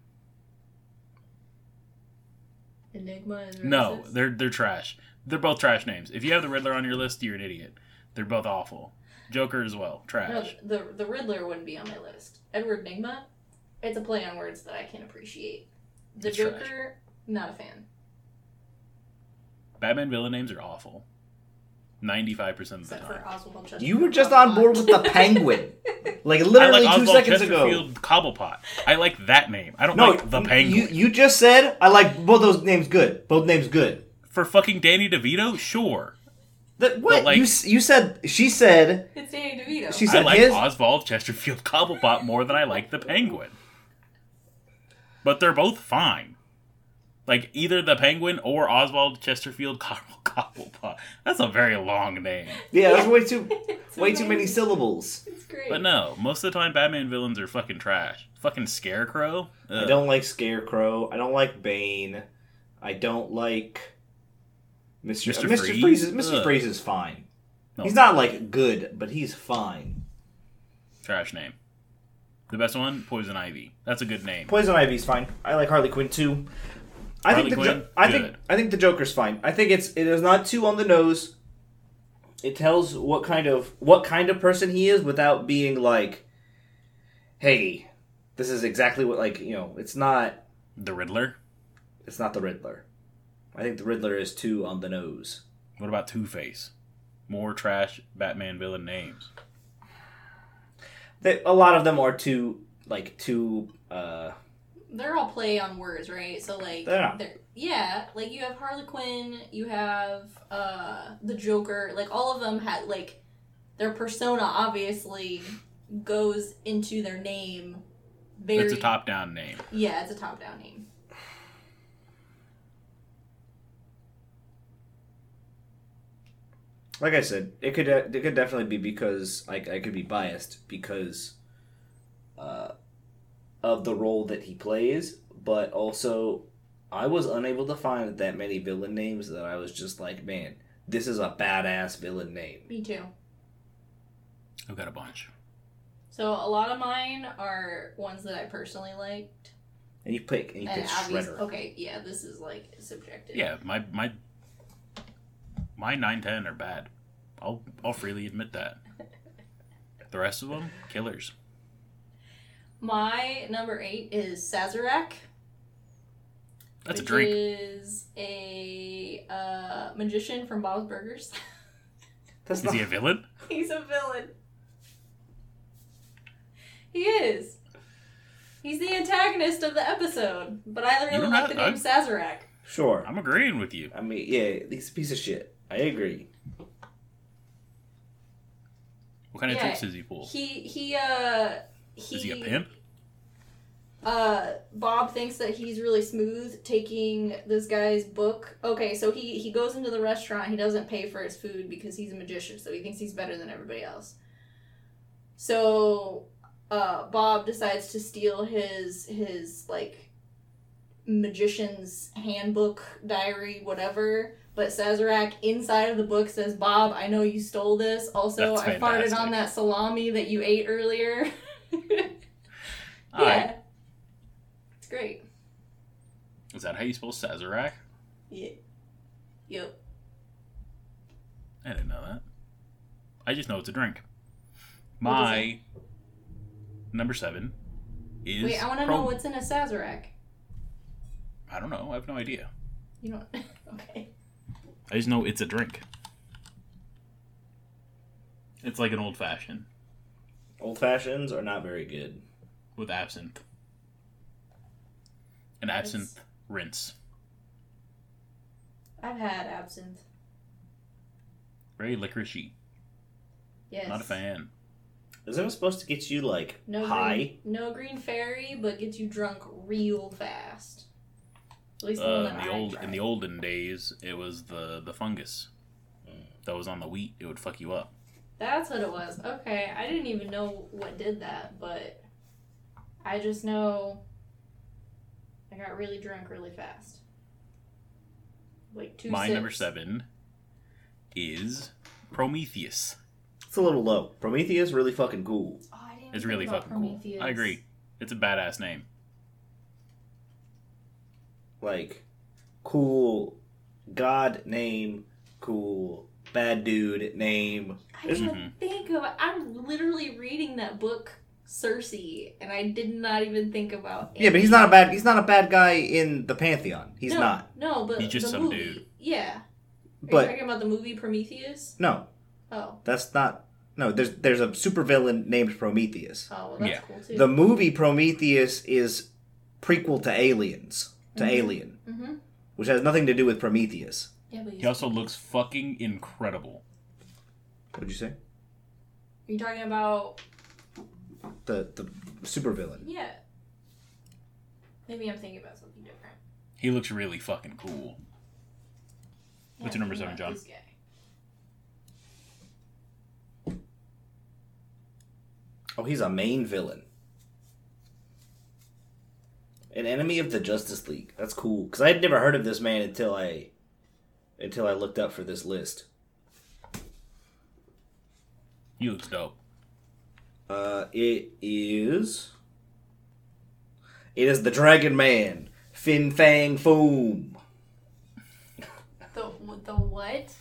Speaker 2: Enigma is racist.
Speaker 1: No, they're they're trash. They're both trash names. If you have the Riddler on your list, you're an idiot. They're both awful. Joker as well.
Speaker 2: No,
Speaker 1: Trash.
Speaker 2: the the Riddler wouldn't be on my list. Edward Nigma? It's a play on words that I can appreciate. The
Speaker 1: It's trash.
Speaker 2: Joker, not a fan.
Speaker 1: Batman villain names are awful. Ninety-five percent of the
Speaker 2: Except
Speaker 1: time.
Speaker 2: for Oswald Chester.
Speaker 3: you were just on board with the Penguin. Like
Speaker 1: I
Speaker 3: literally
Speaker 1: like
Speaker 3: two
Speaker 1: Oswald
Speaker 3: seconds ago.
Speaker 1: Chesterfield Cobblepot. I like that name. I don't like the
Speaker 3: you-
Speaker 1: Penguin.
Speaker 3: You, you just said I like both those names. Good, both names good.
Speaker 1: For fucking Danny DeVito, sure.
Speaker 3: That, what
Speaker 1: like-
Speaker 3: you s- you said? She said
Speaker 2: It's Danny DeVito.
Speaker 3: she
Speaker 1: I
Speaker 3: said
Speaker 1: like
Speaker 3: his.
Speaker 1: Oswald Chesterfield Cobblepot more than I like the Penguin. But they're both fine. Like either the Penguin or Oswald Chesterfield Cobble- Cobblepot. That's a very long name.
Speaker 3: Yeah, that's way too
Speaker 2: It's
Speaker 3: way too many
Speaker 2: amazing.
Speaker 3: syllables.
Speaker 2: It's great.
Speaker 1: But no, most of the time Batman villains are fucking trash. Fucking Scarecrow.
Speaker 3: I
Speaker 1: Ugh.
Speaker 3: don't like Scarecrow. I don't like Bane. I don't like Mr.
Speaker 1: Mr.
Speaker 3: Mr. Freeze.
Speaker 1: Freeze?
Speaker 3: is, Mr.
Speaker 1: Ugh.
Speaker 3: Freeze is fine.
Speaker 1: No,
Speaker 3: He's not like good, but he's fine.
Speaker 1: trash name. The best one, Poison Ivy. That's a good name.
Speaker 3: Poison Ivy's fine. I like Harley Quinn too. I
Speaker 1: Harley
Speaker 3: think the
Speaker 1: Quinn,
Speaker 3: jo- I think
Speaker 1: good.
Speaker 3: I think the Joker's fine. I think it's it is not too on the nose. It tells what kind of what kind of person he is without being like, hey, this is exactly what like you know. It's not
Speaker 1: The Riddler.
Speaker 3: It's not the Riddler. I think the Riddler is too on the nose.
Speaker 1: What about Two Face? More trash Batman villain names.
Speaker 3: They, a lot of them are too like too. Uh,
Speaker 2: they're all play on words, right? So like,
Speaker 3: They're not.
Speaker 2: yeah, like you have Harley Quinn, you have uh the Joker, like all of them had like their persona obviously goes into their name. Very,
Speaker 1: It's a top down name.
Speaker 2: Yeah, it's a top down name.
Speaker 3: like I said, it could uh, it could definitely be because like I could be biased because uh, of the role that he plays, but also I was unable to find that many villain names that I was just like, man, this is a badass villain name.
Speaker 2: Me too.
Speaker 1: I've got a bunch.
Speaker 2: So a lot of mine are ones that I personally liked.
Speaker 3: And you pick and you pick
Speaker 2: And Eh, obvious-
Speaker 3: Shredder.
Speaker 2: okay, yeah, this is like subjective.
Speaker 1: Yeah, my my my nine ten are bad. I'll I'll freely admit that. The rest of them, killers.
Speaker 2: My number eight is Sazerac.
Speaker 1: That's a
Speaker 2: which
Speaker 1: drink.
Speaker 2: Is a uh, magician from Bob's Burgers.
Speaker 3: That's
Speaker 1: Is
Speaker 3: not.
Speaker 1: he a villain?
Speaker 2: He's a villain. He is. He's the antagonist of the episode, but I
Speaker 1: You
Speaker 2: really
Speaker 1: don't
Speaker 2: like
Speaker 1: have-
Speaker 2: the name
Speaker 1: I-
Speaker 2: Sazerac.
Speaker 3: Sure.
Speaker 1: I'm agreeing with you.
Speaker 3: I mean, yeah, he's a piece of shit. I agree.
Speaker 1: What kind of
Speaker 2: Yeah.
Speaker 1: tricks does he pull?
Speaker 2: He he uh he
Speaker 1: Is he a pimp?
Speaker 2: uh Bob thinks that he's really smooth taking this guy's book. Okay, so he he goes into the restaurant. He doesn't pay for his food because he's a magician, so he thinks he's better than everybody else. So uh Bob decides to steal his his like magician's handbook, diary, whatever. But Sazerac inside of the book says, "Bob, I know you stole this. Also,
Speaker 1: That's
Speaker 2: I farted
Speaker 1: fantastic.
Speaker 2: on that salami that you ate earlier."
Speaker 1: All right.
Speaker 2: Yeah. It's great.
Speaker 1: Is that how you spell Sazerac?
Speaker 2: Yeah. Yep.
Speaker 1: I didn't know that. I just know it's a drink.
Speaker 2: What is
Speaker 1: My number seven is.
Speaker 2: Wait, I want to
Speaker 1: pro-
Speaker 2: know what's in a Sazerac.
Speaker 1: I don't know. I have no idea.
Speaker 2: You don't. okay.
Speaker 1: I just know it's a drink. It's like an old fashioned
Speaker 3: Old fashions are not very good.
Speaker 1: with absinthe. An
Speaker 2: Nice.
Speaker 1: absinthe rinse.
Speaker 2: I've had absinthe.
Speaker 1: Very licoricey.
Speaker 2: Yes.
Speaker 1: Not a fan.
Speaker 3: Is it supposed to get you like
Speaker 2: No
Speaker 3: high?
Speaker 2: Green, no green fairy, but gets you drunk real fast. At least the one
Speaker 1: Uh,
Speaker 2: that
Speaker 1: in the
Speaker 2: I
Speaker 1: old
Speaker 2: tried.
Speaker 1: in the olden days, it was the the fungus that was on the wheat. It would fuck you up.
Speaker 2: That's what it was. Okay, I didn't even know what did that, but I just know I got really drunk really fast. Like two.
Speaker 1: My
Speaker 2: sips.
Speaker 1: number seven is Prometheus.
Speaker 3: It's a little low. Prometheus really fucking cool.
Speaker 2: Oh, I didn't even
Speaker 1: It's
Speaker 2: think
Speaker 1: really
Speaker 2: about
Speaker 1: fucking cool.
Speaker 2: Prometheus.
Speaker 1: I agree. It's a badass name.
Speaker 3: Like, cool god name, cool bad dude name.
Speaker 2: I didn't think of. I'm literally reading that book, Circe, and I did not even think about.
Speaker 3: Yeah, but he's not a bad. He's not a bad guy in the pantheon. He's
Speaker 2: no,
Speaker 3: not.
Speaker 2: No, but
Speaker 1: He's just
Speaker 2: the
Speaker 1: some
Speaker 2: movie.
Speaker 1: dude.
Speaker 2: Yeah. Are you
Speaker 3: But
Speaker 2: talking about the movie Prometheus?
Speaker 3: no,
Speaker 2: Oh,
Speaker 3: that's not. No, there's there's a supervillain named Prometheus.
Speaker 2: oh, well, that's
Speaker 1: Yeah.
Speaker 2: cool too.
Speaker 3: The movie Prometheus is prequel to Aliens, to
Speaker 2: Mhm.
Speaker 3: Alien,
Speaker 2: mm-hmm.
Speaker 3: which has nothing to do with Prometheus.
Speaker 2: Yeah, but you
Speaker 1: He also looks fucking incredible.
Speaker 3: What'd you say?
Speaker 2: Are you talking about?
Speaker 3: The the supervillain.
Speaker 2: Yeah. Maybe I'm thinking about something different.
Speaker 1: He looks really fucking cool. What's your
Speaker 2: Yeah,
Speaker 1: number
Speaker 2: I'm
Speaker 1: seven,
Speaker 2: thinking
Speaker 1: John?
Speaker 2: about this guy.
Speaker 3: Oh, he's a main villain. An enemy of the Justice League. That's cool because I had never heard of this man until I until I looked up for this list.
Speaker 1: He looks dope.
Speaker 3: Uh, it is. It is the Dragon Man, Fin Fang Foom.
Speaker 2: The the what?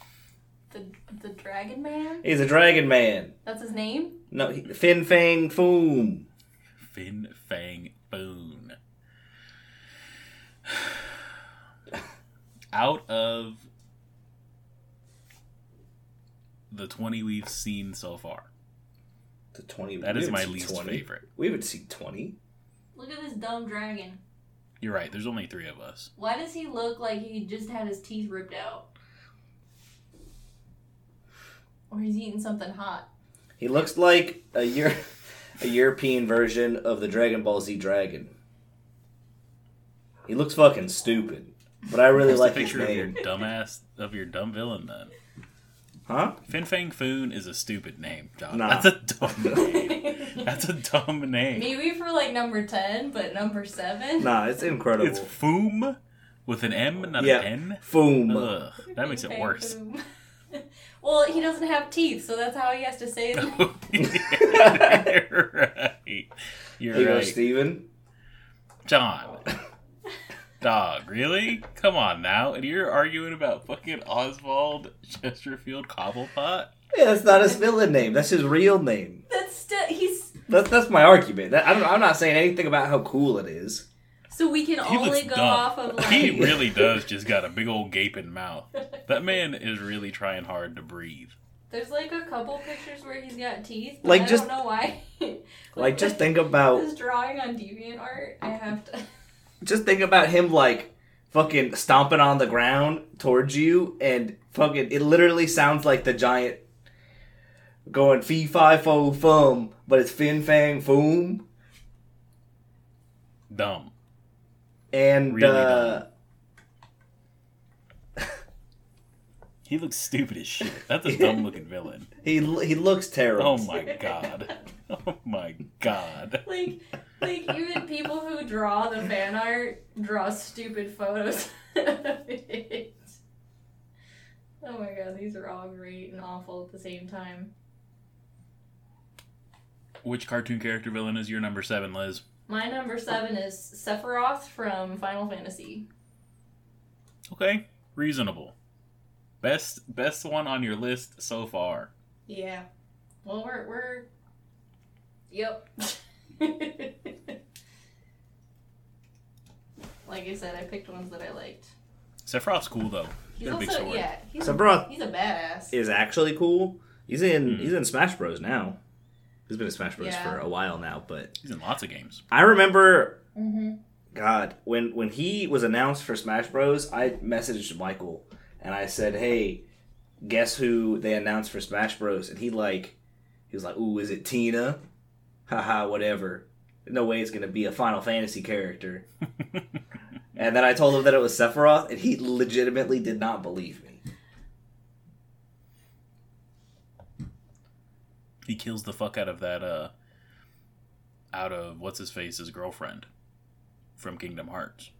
Speaker 2: The the Dragon Man?
Speaker 3: He's a Dragon Man.
Speaker 2: That's his name.
Speaker 3: No, he, Fin Fang Foom.
Speaker 1: Fin Fang Foon. Out of the 20 we've seen so far,
Speaker 3: The twenty.
Speaker 1: that
Speaker 3: we
Speaker 1: is
Speaker 3: haven't
Speaker 1: my
Speaker 3: seen
Speaker 1: least
Speaker 3: 20.
Speaker 1: favorite.
Speaker 3: We haven't seen twenty.
Speaker 2: Look at this dumb dragon.
Speaker 1: You're right, there's only three of us.
Speaker 2: Why does he look like he just had his teeth ripped out? Or he's eating something hot.
Speaker 3: He looks like a Euro- a European version of the Dragon Ball Z Dragon. He looks fucking stupid, but I really
Speaker 1: Here's
Speaker 3: like
Speaker 1: the
Speaker 3: his
Speaker 1: picture of your
Speaker 3: name.
Speaker 1: dumbass, of your dumb villain then.
Speaker 3: Huh?
Speaker 1: Fin Fang Foon is a stupid name, John.
Speaker 3: Nah.
Speaker 1: That's a dumb name.
Speaker 2: Maybe
Speaker 1: That's a dumb name.
Speaker 2: for like number ten, but number seven.
Speaker 3: Nah, it's incredible.
Speaker 1: It's Foom with an M, not
Speaker 3: Yeah.
Speaker 1: an N.
Speaker 3: Foom.
Speaker 1: Ugh, that makes it
Speaker 2: Okay,
Speaker 1: worse.
Speaker 2: boom. well, he doesn't have teeth, so that's how he has to say it.
Speaker 1: You're right. You're
Speaker 3: Here you go,
Speaker 1: right.
Speaker 3: Steven.
Speaker 1: John. Dog, really? Come on now. And you're arguing about fucking Oswald Chesterfield Cobblepot?
Speaker 3: Yeah, that's not his villain name. That's his real name.
Speaker 2: That's still he's
Speaker 3: That's that's my argument. That, I don't, I'm not saying anything about how cool it is.
Speaker 2: So we can
Speaker 1: He
Speaker 2: only
Speaker 1: looks
Speaker 2: go
Speaker 1: dumb.
Speaker 2: off of like
Speaker 1: He really does just got a big old gaping mouth. That man is really trying hard to breathe.
Speaker 2: There's like a couple pictures where he's got teeth. But
Speaker 3: Like,
Speaker 2: I
Speaker 3: just-
Speaker 2: don't know why.
Speaker 3: Like just think about
Speaker 2: this drawing on DeviantArt. I have to.
Speaker 3: just think about him like fucking stomping on the ground towards you and fucking it literally sounds like the giant going fee fi fo fum, but it's fin fang foom
Speaker 1: Dumb.
Speaker 3: and
Speaker 1: Really
Speaker 3: uh,
Speaker 1: He looks stupid as shit. That's a dumb looking villain.
Speaker 3: he l- he looks terrible.
Speaker 1: Oh my god. Oh my god.
Speaker 2: Like, like even people who draw the fan art draw stupid photos of it. Oh my god, these are all great and awful at the same time.
Speaker 1: Which cartoon character villain is your number seven, Liz?
Speaker 2: My number seven is Sephiroth from Final Fantasy.
Speaker 1: Okay. Reasonable. Best best one on your list so far.
Speaker 2: Yeah. Well, we're we're. Yep. like I said, I picked ones that I liked.
Speaker 1: Sephiroth's cool though.
Speaker 2: He's
Speaker 1: Got a big
Speaker 2: also
Speaker 1: sword.
Speaker 2: yeah. He's
Speaker 3: Sephiroth.
Speaker 2: he's a badass.
Speaker 3: is actually cool. He's in
Speaker 1: Mm.
Speaker 3: he's in Smash Bros now. He's been in Smash Bros
Speaker 2: Yeah.
Speaker 3: for a while now, but
Speaker 1: He's in lots of games.
Speaker 3: I remember
Speaker 2: Mm-hmm.
Speaker 3: God, when when he was announced for Smash Bros, I messaged Michael and I said, "Hey, guess who they announced for Smash Bros?" And he like, he was like, "Ooh, is it Tina?" Haha, whatever. No way it's gonna be a Final Fantasy character. and then I told him that it was Sephiroth, and he legitimately did not believe me.
Speaker 1: He kills the fuck out of that uh out of what's his face his girlfriend from Kingdom Hearts.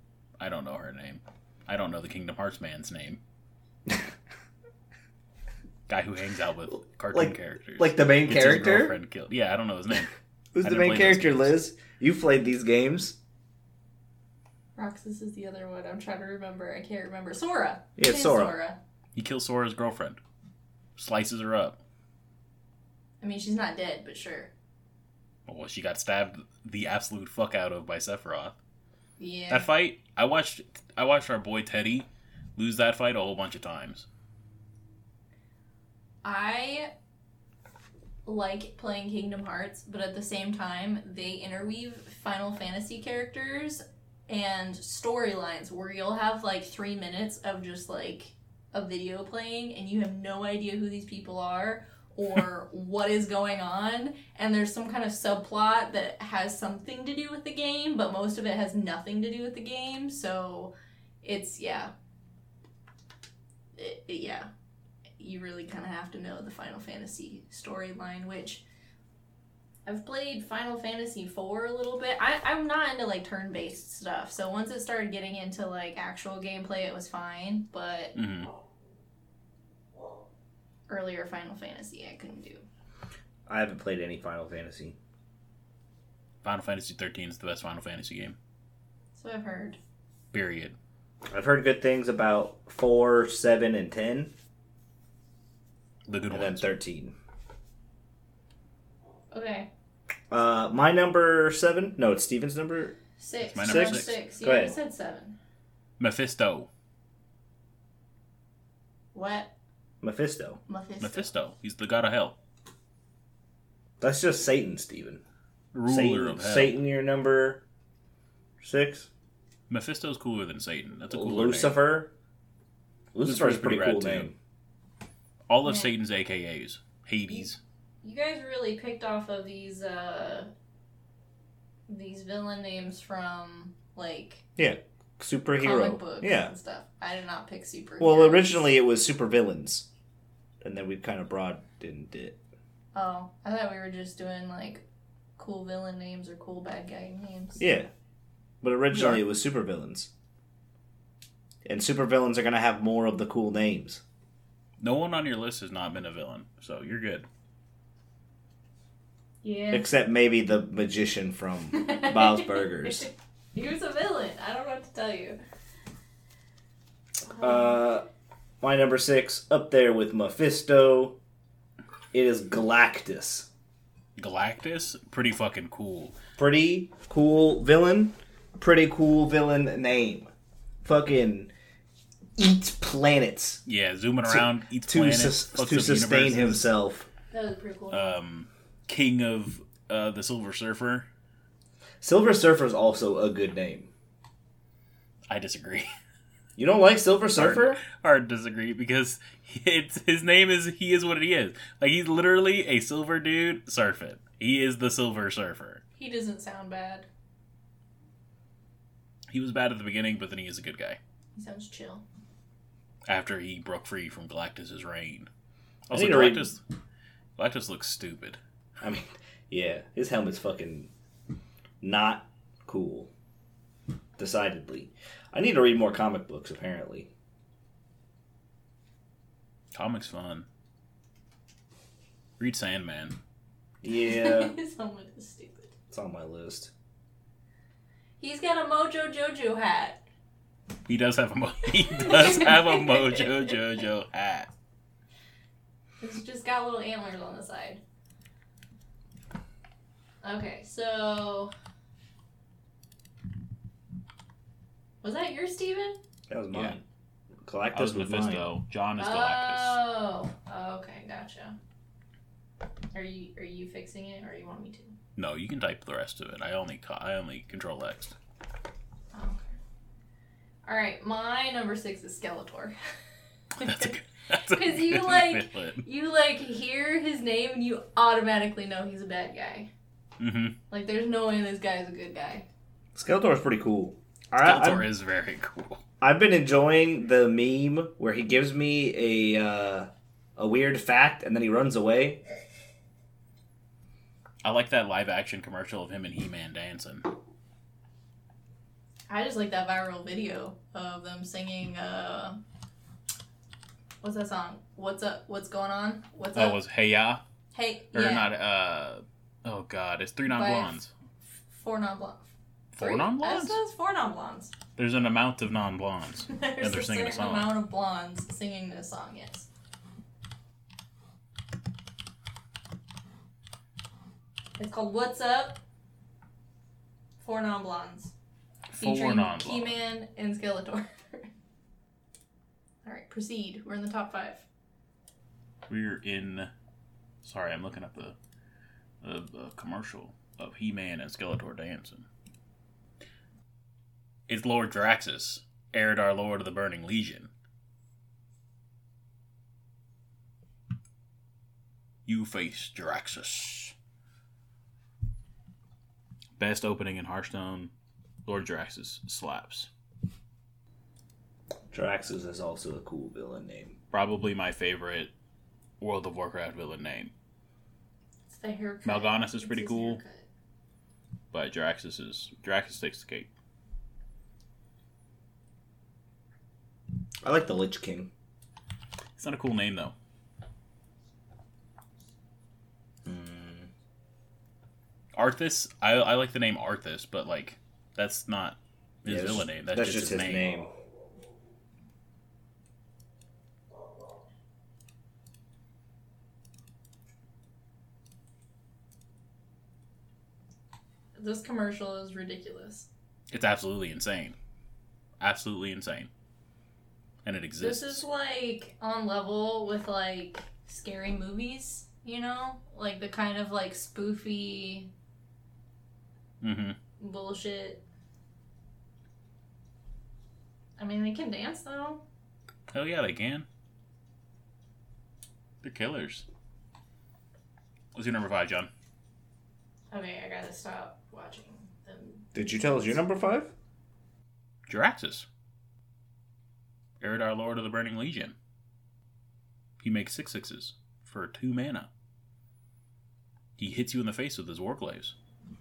Speaker 1: I don't know her name. I don't know the Kingdom Hearts man's name. Guy who hangs out with cartoon
Speaker 3: Like-
Speaker 1: characters.
Speaker 3: Like the main
Speaker 1: Gets his
Speaker 3: character,
Speaker 1: girlfriend killed. Yeah, I don't know his name.
Speaker 3: who's
Speaker 1: I
Speaker 3: the
Speaker 1: didn't
Speaker 3: main
Speaker 1: play those
Speaker 3: character,
Speaker 1: games.
Speaker 3: Liz? You played these games.
Speaker 2: Roxas is the other one. I'm trying to remember. I can't remember. Sora.
Speaker 3: Yeah,
Speaker 2: It is
Speaker 3: Sora.
Speaker 1: He kills Sora's girlfriend. Slices her up.
Speaker 2: I mean, she's not dead, but sure.
Speaker 1: Well, she got stabbed the absolute fuck out of by Sephiroth.
Speaker 2: Yeah.
Speaker 1: That fight, I watched. I watched our boy Teddy lose that fight a whole bunch of times.
Speaker 2: I like playing Kingdom Hearts, but at the same time, they interweave Final Fantasy characters and storylines where you'll have like three minutes of just like a video playing and you have no idea who these people are or what is going on and there's some kind of subplot that has something to do with the game but most of it has nothing to do with the game so it's yeah It- it- yeah you really kind of have to know the Final Fantasy storyline, which I've played Final Fantasy IV a little bit. I, I'm not into like turn based stuff, so once it started getting into like actual gameplay, it was fine, but
Speaker 1: hmm
Speaker 2: earlier Final Fantasy I couldn't do.
Speaker 3: I haven't played any Final Fantasy.
Speaker 1: Final Fantasy thirteen is the best Final Fantasy game.
Speaker 2: So I've heard.
Speaker 1: Period.
Speaker 3: I've heard good things about four, seven, and ten,
Speaker 1: The good
Speaker 3: and then
Speaker 1: ones.
Speaker 3: thirteen.
Speaker 2: Okay.
Speaker 3: Uh, my number seven. No, it's Steven's number.
Speaker 2: Six.
Speaker 1: My number
Speaker 2: Six.
Speaker 1: six.
Speaker 2: six.
Speaker 3: Go
Speaker 2: You already
Speaker 3: ahead.
Speaker 2: said seven.
Speaker 1: Mephisto.
Speaker 2: What?
Speaker 3: Mephisto.
Speaker 2: Mephisto.
Speaker 1: Mephisto. He's the god of hell.
Speaker 3: That's just Satan, Steven.
Speaker 1: Ruler
Speaker 3: Satan,
Speaker 1: of hell.
Speaker 3: Satan, your number six.
Speaker 1: Mephisto's cooler than Satan. That's a cooler name.
Speaker 3: Lucifer. Lucifer's
Speaker 1: Lucifer's
Speaker 3: a pretty
Speaker 1: pretty
Speaker 3: cool
Speaker 1: rad, too.
Speaker 3: name.
Speaker 1: All of
Speaker 2: Yeah.
Speaker 1: Satan's AKAs. Hades.
Speaker 2: You guys really picked off of these uh these villain names from like comic
Speaker 3: Superhero.
Speaker 2: books
Speaker 3: Yeah.
Speaker 2: and stuff. I did not pick super.
Speaker 3: Well, originally it was supervillains, and then we kind of broadened it.
Speaker 2: Oh, I thought we were just doing like cool villain names or cool bad guy names.
Speaker 3: Yeah. But originally it was supervillains. And supervillains are gonna have more of the cool names.
Speaker 1: No one on your list has not been a villain, so you're good.
Speaker 2: Yeah.
Speaker 3: Except maybe the magician from Bob's Burgers.
Speaker 2: He was a villain. I don't know what to tell you.
Speaker 3: Uh, my number six, up there with Mephisto, it is Galactus.
Speaker 1: Galactus, pretty fucking cool.
Speaker 3: Pretty cool villain. pretty cool villain name. Fucking eats planets
Speaker 1: Yeah, zooming around, eats
Speaker 3: to
Speaker 1: planets,
Speaker 3: sus-
Speaker 1: fucks
Speaker 3: to
Speaker 1: up
Speaker 3: sustain
Speaker 1: universes.
Speaker 3: himself.
Speaker 2: That was pretty
Speaker 3: uh,
Speaker 2: cool.
Speaker 1: Um, King of uh, the Silver Surfer.
Speaker 3: Silver Surfer is also a good name.
Speaker 1: I disagree.
Speaker 3: You don't like Silver Surfer?
Speaker 1: Hard disagree because it's his name is he is what he is. Like he's literally a silver dude surfing. He is the Silver Surfer.
Speaker 2: he doesn't sound bad.
Speaker 1: He was bad at the beginning, but then he is a good guy
Speaker 2: He sounds chill.
Speaker 1: after he broke free from Galactus's reign. Also,
Speaker 3: need to read-
Speaker 1: Galactus, Galactus looks stupid.
Speaker 3: I mean, yeah, his helmet's fucking not cool. Decidedly. I need to read more comic books, apparently.
Speaker 1: Comics fun. Read Sandman.
Speaker 3: Yeah,
Speaker 2: Someone is stupid.
Speaker 3: it's on my list.
Speaker 2: He's got a Mojo Jojo hat.
Speaker 1: He does have a mo- he does have a mojo jojo hat.
Speaker 2: It's just got little antlers on the side. Okay, so was that your Steven?
Speaker 3: That was mine.
Speaker 1: I
Speaker 3: Galactus
Speaker 1: was
Speaker 3: was, mine.
Speaker 1: Mephisto. John is Galactus.
Speaker 2: Oh, okay, gotcha. Are you are you fixing it, or you want me to?
Speaker 1: No, you can type the rest of it. I only co- I only control X.
Speaker 2: Oh, okay. All right, my number six is Skeletor.
Speaker 1: That's a good. That's a
Speaker 2: 'Cause you,
Speaker 1: good
Speaker 2: like-
Speaker 1: villain.
Speaker 2: you like hear his name and you automatically know he's a bad guy.
Speaker 1: Mhm.
Speaker 2: Like, there's no way this guy's a good guy.
Speaker 3: Skeletor is pretty cool. I,
Speaker 1: Skeletor
Speaker 3: I've,
Speaker 1: is very cool.
Speaker 3: I've been enjoying the meme where he gives me a uh, a weird fact and then he runs away.
Speaker 1: I like that live action commercial of him and He Man dancing.
Speaker 2: I just like that viral video of them singing. uh What's that song? What's up? What's going on? What's
Speaker 1: That
Speaker 2: up?
Speaker 1: was Hey Ya
Speaker 2: hey,
Speaker 1: Oh, or
Speaker 2: yeah,
Speaker 1: not? Uh, oh God, it's three non blondes.
Speaker 2: four non blondes.
Speaker 1: Four non blondes.
Speaker 2: Four non blondes.
Speaker 1: There's an amount of non blondes.
Speaker 2: There's
Speaker 1: they're
Speaker 2: a
Speaker 1: singing a
Speaker 2: certain
Speaker 1: song.
Speaker 2: amount of blondes singing this song. Yes. It's called "What's Up." Four non blondes.
Speaker 1: Four non blondes.
Speaker 2: Keyman and Skeletor. All right, proceed. We're in the top five.
Speaker 1: We're in. Sorry, I'm looking up the the, the commercial of He Man and Skeletor dancing. It's Lord Draxus, Eridar, Lord of the Burning Legion. You face Draxus. Best opening in Hearthstone. Lord Draxus slaps.
Speaker 3: Draxus is also a cool villain name.
Speaker 1: Probably my favorite World of Warcraft villain name.
Speaker 2: It's the haircut.
Speaker 1: Mal'Ganis is
Speaker 2: It's
Speaker 1: pretty
Speaker 2: his
Speaker 1: cool.
Speaker 2: haircut.
Speaker 1: but Draxus is Draxus takes the cake.
Speaker 3: I like the Lich King.
Speaker 1: It's not a cool name though. Hmm. Arthas, I, I like the name Arthas, but like that's not his
Speaker 3: Yeah,
Speaker 1: villain name. That's, just, his name.
Speaker 2: This commercial is ridiculous.
Speaker 1: It's absolutely insane, absolutely insane, and it exists.
Speaker 2: This is like on level with like scary movies, you know? Like the kind of like spoofy
Speaker 1: hmm
Speaker 2: bullshit. I mean, they can dance though.
Speaker 1: Hell yeah, they can. They're killers. What's your number five, John?
Speaker 2: Okay, I gotta stop watching them.
Speaker 3: Did you tell us your number five?
Speaker 1: Draxus. Eridar, Lord of the Burning Legion. He makes six sixes for two mana. He hits you in the face with his warglaives.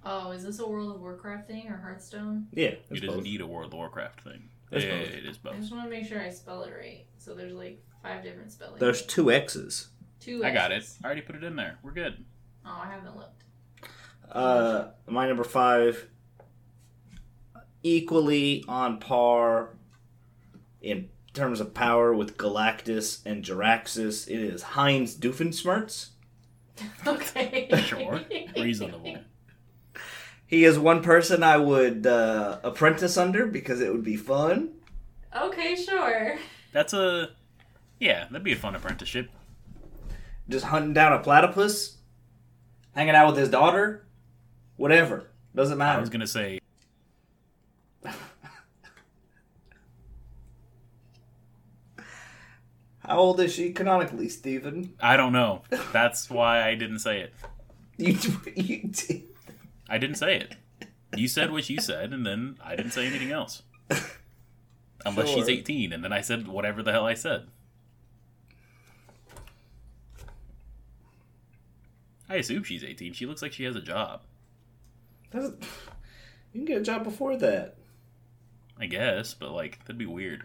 Speaker 2: Oh, is this a World of Warcraft thing or Hearthstone?
Speaker 3: Yeah,
Speaker 1: It
Speaker 3: it's
Speaker 1: is
Speaker 3: both.
Speaker 1: indeed a World of Warcraft thing.
Speaker 3: It's
Speaker 1: Yeah,
Speaker 3: both.
Speaker 1: it is both.
Speaker 2: I just want to make sure I spell it right. So there's like five different spellings.
Speaker 3: There's two X's.
Speaker 2: two.
Speaker 1: I got it.
Speaker 2: X's.
Speaker 1: I already put it in there. We're good.
Speaker 2: Oh, I haven't looked.
Speaker 3: Uh, my number five, equally on par in terms of power with Galactus and Jiraxis. It is Heinz Doofenshmirtz.
Speaker 2: Okay.
Speaker 1: Sure. Reasonable.
Speaker 3: He is one person I would uh, apprentice under because it would be fun.
Speaker 2: Okay, sure.
Speaker 1: That's a yeah. That'd be a fun apprenticeship.
Speaker 3: Just hunting down a platypus, hanging out with his daughter, whatever. Doesn't
Speaker 1: I
Speaker 3: matter.
Speaker 1: was gonna say
Speaker 3: How old is she canonically, Stephen?
Speaker 1: I don't know. That's why I didn't say it.
Speaker 3: You, you did.
Speaker 1: I didn't say it. You said what you said, and then I didn't say anything else. Unless she's
Speaker 3: Sure.
Speaker 1: 18, and then I said whatever the hell I said. I assume she's 18. She looks like she has a job,
Speaker 3: Doesn't- You can get a job before that.
Speaker 1: I guess, but like, that'd be weird.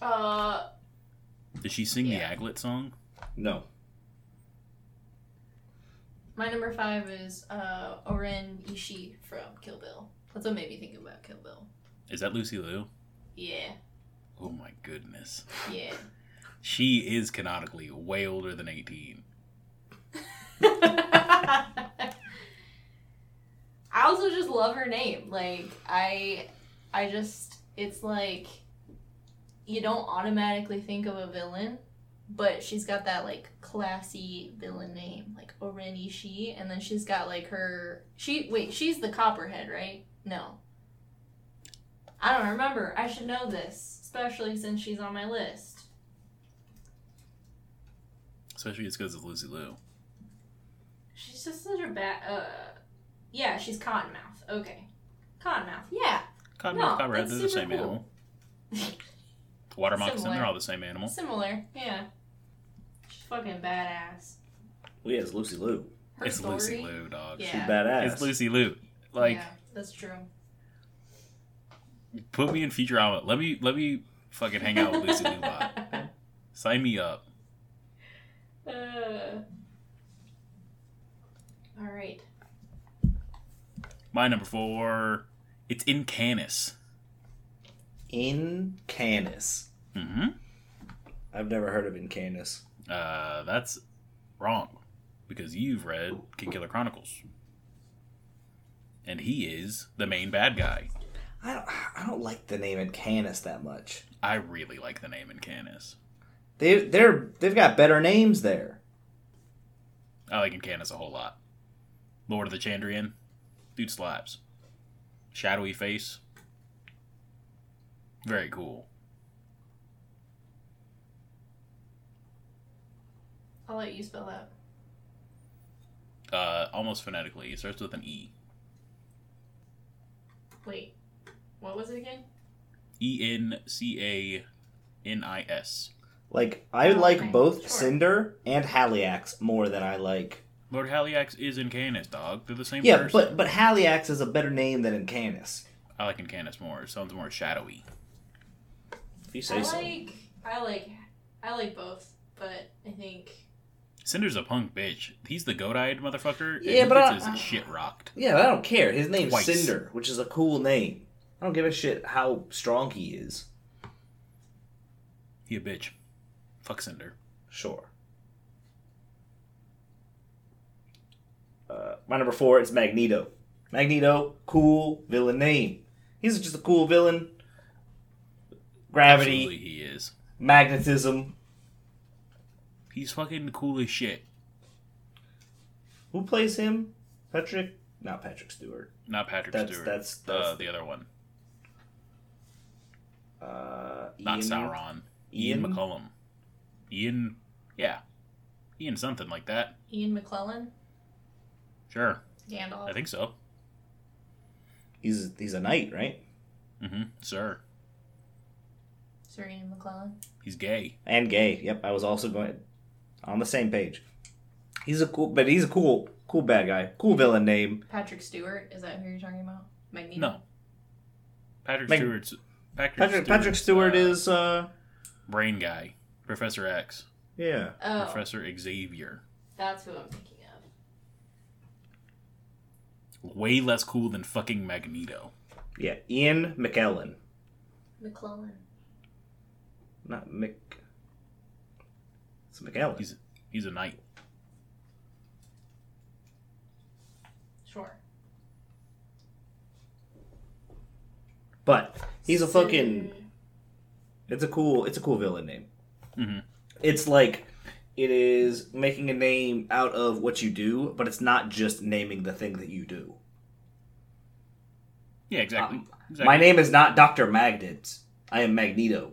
Speaker 2: Uh,
Speaker 1: Did she sing
Speaker 2: Yeah.
Speaker 1: the Aglet song?
Speaker 3: No.
Speaker 2: my number five is uh Oren Ishii from Kill Bill. That's what made me think about Kill Bill.
Speaker 1: Is that Lucy Liu?
Speaker 2: Yeah,
Speaker 1: Oh my goodness.
Speaker 2: yeah.
Speaker 1: She is canonically way older than 18.
Speaker 2: I also just love her name. Like I I just it's like you don't automatically think of a villain, but she's got that like classy villain name, like Oren Ishii, and then she's got like her she wait, she's the copperhead, right? No. I don't remember. I should know this, especially since she's on my list.
Speaker 1: Especially it's because of Lucy Liu.
Speaker 2: She's just such a bad. Uh, yeah, she's Cottonmouth. Okay, Cottonmouth. Yeah,
Speaker 1: Cotton
Speaker 2: No,
Speaker 1: Copperhead,
Speaker 2: that's
Speaker 1: they're the
Speaker 2: super
Speaker 1: same
Speaker 2: cool.
Speaker 1: animal. Water moccasin,
Speaker 2: Similar.
Speaker 1: they're all the same animal.
Speaker 2: similar. Yeah, she's fucking badass.
Speaker 3: We has Lucy Lou.
Speaker 2: Her
Speaker 1: it's
Speaker 2: story.
Speaker 1: Lucy Liu, dog.
Speaker 2: Yeah.
Speaker 3: She's badass.
Speaker 1: It's Lucy Liu. Like,
Speaker 2: yeah, that's true.
Speaker 1: put me in Futurama. Let me let me fucking hang out with Lucy Liu. Bot. Sign me up.
Speaker 2: Uh, all right.
Speaker 1: My number four. It's in Canis.
Speaker 3: In Canis.
Speaker 1: Mm-hmm.
Speaker 3: I've never heard of In Canis.
Speaker 1: Uh, that's wrong because you've read King Killer Chronicles, and he is the main bad guy.
Speaker 3: I don't, I don't like the name In Canis that much.
Speaker 1: I really like the name in Canis.
Speaker 3: They they're they've got better names there.
Speaker 1: I like in Canis a whole lot. Lord of the Chandrian, dude slaps. Shadowy face, very cool.
Speaker 2: I'll let you spell that.
Speaker 1: Uh, almost phonetically, it starts with an E.
Speaker 2: Wait, what was it again?
Speaker 1: E N C A N I S.
Speaker 3: Like I like
Speaker 2: Okay,
Speaker 3: both
Speaker 2: sure.
Speaker 3: Cinder and Haliax more than I like.
Speaker 1: Lord Haliax is in Canis, dog. They're the same
Speaker 3: Yeah,
Speaker 1: person.
Speaker 3: but but Haliax is a better name than In Canis.
Speaker 1: I like in Canis more. It sounds more shadowy.
Speaker 3: If you
Speaker 2: I like I like I like both, but I think
Speaker 1: Cinder's a punk bitch. He's the goat-eyed motherfucker. and
Speaker 3: Yeah,
Speaker 1: he
Speaker 3: but uh,
Speaker 1: gets
Speaker 3: I-
Speaker 1: his shit rocked.
Speaker 3: Yeah, but I don't care. His name's
Speaker 1: Twice.
Speaker 3: Cinder, which is a cool name. I don't give a shit how strong he is.
Speaker 1: He a bitch. Fuck Cinder.
Speaker 3: Sure. Uh, my number four is Magneto. Magneto, cool villain name. He's just a cool villain. Gravity,
Speaker 1: Absolutely, he is.
Speaker 3: magnetism.
Speaker 1: He's fucking cool as shit.
Speaker 3: Who plays him? Patrick? Not Patrick Stewart.
Speaker 1: Not Patrick
Speaker 3: That's-
Speaker 1: Stewart.
Speaker 3: that's-
Speaker 1: uh,
Speaker 3: that's-
Speaker 1: the other one.
Speaker 3: Uh,
Speaker 1: Not
Speaker 3: Ian-
Speaker 1: Sauron.
Speaker 3: Ian?
Speaker 1: Ian McCullum. Ian. Yeah. Ian something like that.
Speaker 2: Ian McClellan,
Speaker 1: Sure.
Speaker 2: Gandalf.
Speaker 1: I think so.
Speaker 3: He's he's a knight, right?
Speaker 1: Mm-hmm. Sir.
Speaker 2: Sir Ian McClellan.
Speaker 1: He's gay.
Speaker 3: And gay. Yep, I was also going on the same page. He's a cool, but he's a cool, cool bad guy. Cool villain name.
Speaker 2: Patrick Stewart, is that who you're talking about? Magneto?
Speaker 1: No. Patrick
Speaker 3: Like-
Speaker 1: Stewart's Patrick,
Speaker 3: Patrick Patrick Stewart
Speaker 1: uh,
Speaker 3: is uh
Speaker 1: brain guy, Professor X,
Speaker 3: yeah.
Speaker 2: Oh,
Speaker 1: Professor Xavier.
Speaker 2: that's who I'm thinking of.
Speaker 1: Way less cool than fucking Magneto.
Speaker 3: Yeah, Ian McKellen.
Speaker 2: McClellan.
Speaker 3: Not Mc. It's McKellen.
Speaker 1: He's he's a knight.
Speaker 2: Sure.
Speaker 3: But he's a fucking.
Speaker 2: Sin-
Speaker 3: It's a cool. It's a cool villain name.
Speaker 1: Mhm.
Speaker 3: It's like it is making a name out of what you do, but it's not just naming the thing that you do.
Speaker 1: Yeah, exactly. exactly.
Speaker 3: Um, My name is not Doctor Magnet. I am Magneto,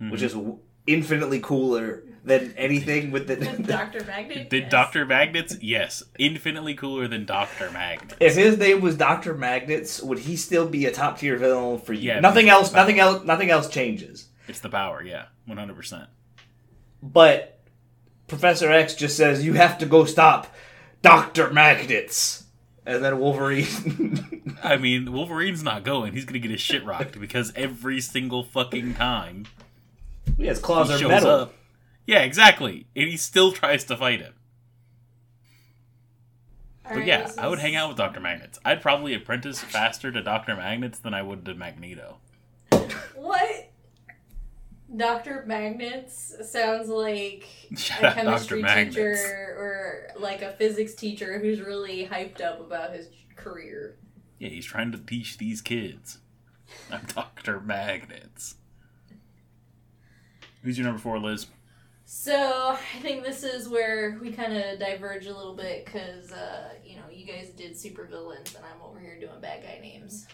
Speaker 1: Mhm.
Speaker 3: which is w- infinitely cooler than anything with the.
Speaker 2: With Dr. Magnet?
Speaker 1: Did
Speaker 2: Yes.
Speaker 1: Doctor Magnets? Yes, infinitely cooler than Doctor Magnet.
Speaker 3: if his name was Doctor Magnets, would he still be a top tier villain for you?
Speaker 1: Yeah,
Speaker 3: nothing
Speaker 1: because-
Speaker 3: else. Nothing else. Nothing else changes.
Speaker 1: It's the power. Yeah, one hundred percent.
Speaker 3: But Professor X just says, "You have to go stop Doctor Magnets," and then Wolverine.
Speaker 1: I mean, Wolverine's not going. He's gonna get his shit rocked because every single fucking time
Speaker 3: yeah, his
Speaker 1: he
Speaker 3: claws
Speaker 1: shows
Speaker 3: are metal.
Speaker 1: up. Yeah, exactly. And he still tries to fight him. But
Speaker 2: Alright,
Speaker 1: yeah,
Speaker 2: this
Speaker 1: I would
Speaker 2: is-
Speaker 1: hang out with Doctor Magnets. I'd probably apprentice faster to Doctor Magnets than I would to Magneto.
Speaker 2: What? Dr. Magnets sounds like
Speaker 1: Shut
Speaker 2: a
Speaker 1: up, Doctor
Speaker 2: chemistry
Speaker 1: Magnets.
Speaker 2: teacher or like a physics teacher who's really hyped up about his career.
Speaker 1: Yeah, he's trying to teach these kids. I'm Doctor Magnets. Who's your number four, Liz?
Speaker 2: So I think this is where we kind of diverge a little bit because uh, you know you guys did super villains and I'm over here doing bad guy names.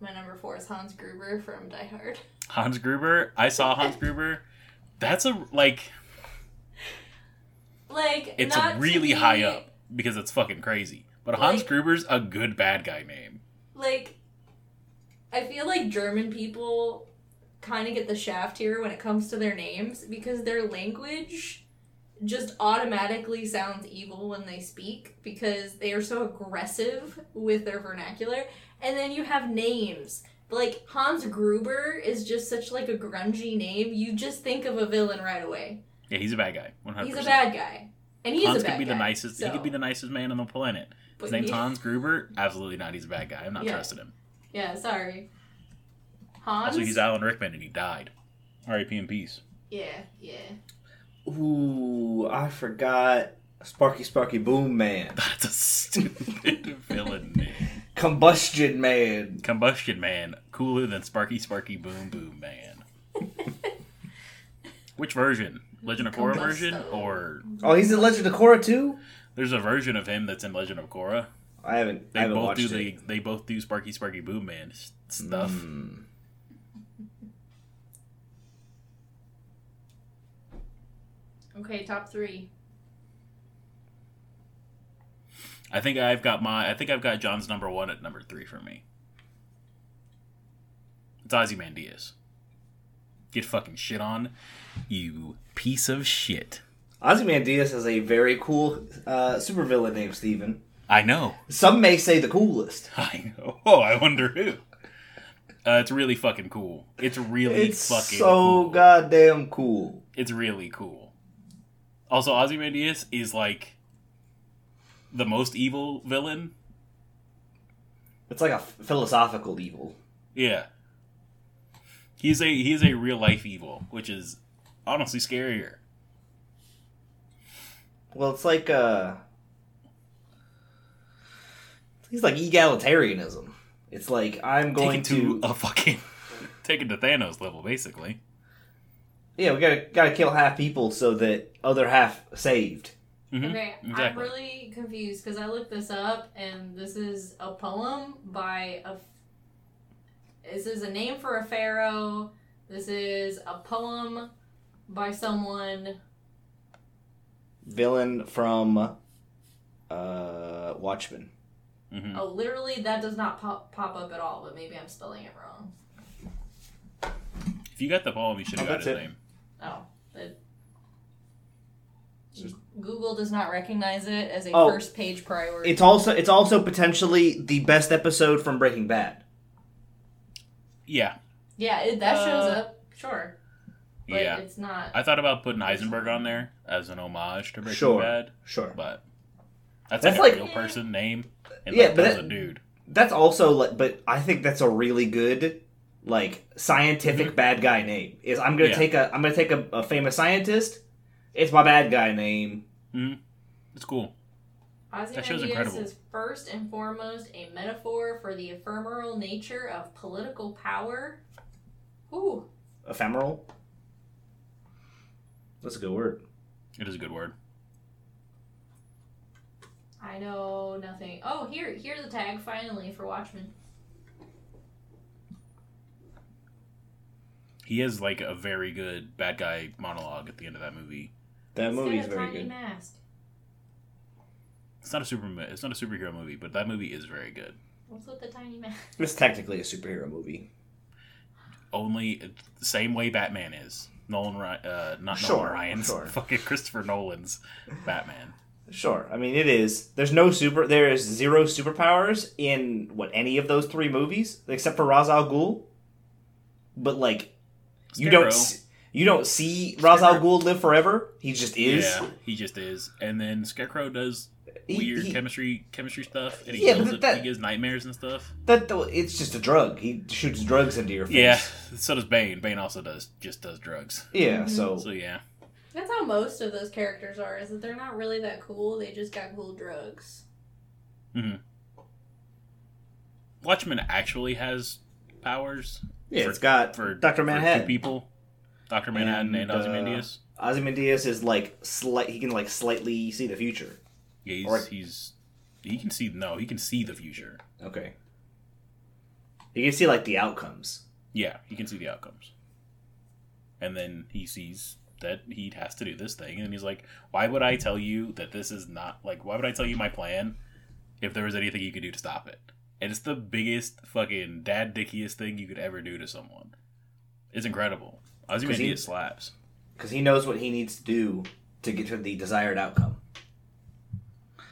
Speaker 2: My number four is Hans Gruber from Die Hard.
Speaker 1: Hans Gruber. I saw Hans Gruber. That's a like.
Speaker 2: Like
Speaker 1: It's
Speaker 2: not to
Speaker 1: really
Speaker 2: be-
Speaker 1: high up because it's fucking crazy. But Hans
Speaker 2: Like-
Speaker 1: Gruber's a good bad guy name.
Speaker 2: Like I feel like German people kind of get the shaft here when it comes to their names because their language just automatically sounds evil when they speak because they are so aggressive with their vernacular. And then you have names. Like Hans Gruber is just such like a grungy name. You just think of a villain right away.
Speaker 1: Yeah, he's a bad guy. One hundred
Speaker 2: He's a
Speaker 1: percent.
Speaker 2: bad guy. And he's
Speaker 1: Hans
Speaker 2: a bad
Speaker 1: could be
Speaker 2: guy.
Speaker 1: the nicest. He
Speaker 2: so-
Speaker 1: could be the nicest man on the planet.
Speaker 2: but
Speaker 1: His name's
Speaker 2: he-
Speaker 1: Hans Gruber. Absolutely not. He's a bad guy. I'm not
Speaker 2: Yeah.
Speaker 1: trusting him.
Speaker 2: Yeah, sorry. Hans.
Speaker 1: Also, he's Alan Rickman and he died. R.I.P. in peace.
Speaker 2: Yeah, yeah.
Speaker 3: Ooh, I forgot Sparky Sparky Boom Man,
Speaker 1: That's a stupid villain name.
Speaker 3: Combustion Man.
Speaker 1: Combustion Man, cooler than Sparky Sparky Boom Boom Man. Which version? Legend of Korra version?
Speaker 2: Combusto.
Speaker 1: Or
Speaker 3: Oh, he's in Legend of Korra too.
Speaker 1: there's a version of him that's in Legend of Korra.
Speaker 3: I haven't. I
Speaker 1: They
Speaker 3: haven't
Speaker 1: both
Speaker 3: watched
Speaker 1: do
Speaker 3: it.
Speaker 1: the they both do Sparky Sparky Boom Man s- stuff.
Speaker 3: Mm.
Speaker 2: Okay, top three.
Speaker 1: I think I've got my I think I've got John's number one at number three for me. It's Ozymandias. Get fucking shit on, you piece of shit.
Speaker 3: Ozymandias has a very cool uh, supervillain named Steven.
Speaker 1: I know.
Speaker 3: Some may say the coolest.
Speaker 1: I know. Oh, I wonder who. Uh, it's really fucking cool. It's really
Speaker 3: It's
Speaker 1: fucking
Speaker 3: so
Speaker 1: cool.
Speaker 3: goddamn cool.
Speaker 1: it's really cool. Also, Ozymandias is like the most evil villain.
Speaker 3: It's like a philosophical evil.
Speaker 1: Yeah, he's a he is a real life evil, which is honestly scarier.
Speaker 3: Well, it's like uh He's like egalitarianism. It's like I'm going
Speaker 1: Taken to,
Speaker 3: to,
Speaker 1: a fucking taken to Thanos level, basically.
Speaker 3: yeah, we gotta gotta kill half people so that other half saved.
Speaker 1: Mhm.
Speaker 2: Okay, I'm
Speaker 1: exactly.
Speaker 2: really confused because I looked this up and this is a poem by a. This is a name for a pharaoh. This is a poem by someone.
Speaker 3: Villain from uh Watchmen.
Speaker 1: Mhm.
Speaker 2: Oh, literally, that does not pop, pop up at all, but maybe I'm spelling it wrong.
Speaker 1: If you got the poem, you should have
Speaker 3: Oh,
Speaker 1: got
Speaker 3: that's
Speaker 1: his
Speaker 3: it.
Speaker 1: name.
Speaker 2: Oh, that. Google does not recognize it as a
Speaker 3: Oh.
Speaker 2: first page priority.
Speaker 3: It's also it's also potentially the best episode from Breaking Bad.
Speaker 1: Yeah,
Speaker 2: yeah, it, that shows
Speaker 1: Uh,
Speaker 2: up. Sure. But
Speaker 1: yeah.
Speaker 2: it's not.
Speaker 1: I thought about putting Heisenberg on there as an homage to Breaking
Speaker 3: Sure.
Speaker 1: Bad.
Speaker 3: Sure.
Speaker 1: but that's,
Speaker 3: That's
Speaker 1: like a
Speaker 3: like-
Speaker 1: real person name. And
Speaker 3: Yeah,
Speaker 1: like,
Speaker 3: but
Speaker 1: that was
Speaker 3: that-
Speaker 1: a dude.
Speaker 3: That's also like but I think that's a really good like scientific bad guy name. Is I'm gonna
Speaker 1: Yeah.
Speaker 3: take a I'm gonna take a, a famous scientist. It's my bad guy name.
Speaker 1: It's cool. That show's
Speaker 2: Ozymandias
Speaker 1: incredible.
Speaker 2: is first and foremost a metaphor for the ephemeral nature of political power. Ooh,
Speaker 3: Ephemeral.
Speaker 4: That's a good word.
Speaker 1: It is a good word.
Speaker 2: I know nothing. Oh, here, here's the tag finally for Watchmen.
Speaker 1: He has like a very good bad guy monologue at the end of that movie.
Speaker 3: That
Speaker 2: He's got
Speaker 3: movie's
Speaker 2: a
Speaker 3: very
Speaker 2: tiny
Speaker 3: good.
Speaker 2: Mask.
Speaker 1: It's not a super. It's not a superhero movie, but that movie is very good.
Speaker 2: What's with the tiny mask?
Speaker 3: It's technically a superhero movie.
Speaker 1: Only it's the same way Batman is. Nolan, Ry- uh, not
Speaker 3: Sure,
Speaker 1: Nolan Ryan's,
Speaker 3: sure.
Speaker 1: fucking Christopher Nolan's Batman.
Speaker 3: Sure. I mean, it is. There's no super. There is zero superpowers in what any of those three movies, except for Ra's al Ghul. But like, you don't
Speaker 1: Scarecrow.
Speaker 3: s- you don't see Ra's al
Speaker 1: Scarecrow.
Speaker 3: Ghul live forever. He just is.
Speaker 1: Yeah, he just is. And then Scarecrow does
Speaker 3: He-
Speaker 1: weird
Speaker 3: he-
Speaker 1: chemistry chemistry stuff, and he
Speaker 3: Yeah,
Speaker 1: yells
Speaker 3: but
Speaker 1: at-
Speaker 3: that-
Speaker 1: he gives nightmares and stuff.
Speaker 3: That though, it's just a drug. He shoots drugs into your face.
Speaker 1: Yeah, so does Bane. Bane also does just does drugs.
Speaker 2: Mm-hmm.
Speaker 3: Yeah. So,
Speaker 1: So yeah,
Speaker 2: That's how most of those characters are. Is that they're not really that cool. They just got cool drugs.
Speaker 1: Watchmen actually has powers
Speaker 3: yeah,
Speaker 1: for-
Speaker 3: it's got
Speaker 1: for for
Speaker 3: Doctor
Speaker 1: two
Speaker 3: Manhattan.
Speaker 1: people, Doctor Manhattan and,
Speaker 3: And, uh,
Speaker 1: Ozymandias.
Speaker 3: Ozymandias is like slight. He can like slightly see the future.
Speaker 1: Yeah, he's,
Speaker 3: or-
Speaker 1: he's he can see no, he can see the future.
Speaker 3: Okay. You can see like the outcomes.
Speaker 1: Yeah, he can see the outcomes. And then he sees that he has to do this thing, and he's like, "Why would I tell you that this is not like? Why would I tell you my plan if there was anything you could do to stop it?" And it's the biggest fucking dad dickiest thing you could ever do to someone. It's incredible.
Speaker 3: he-
Speaker 1: Ozymandias slaps.
Speaker 3: because he knows what he needs to do to get to the desired outcome.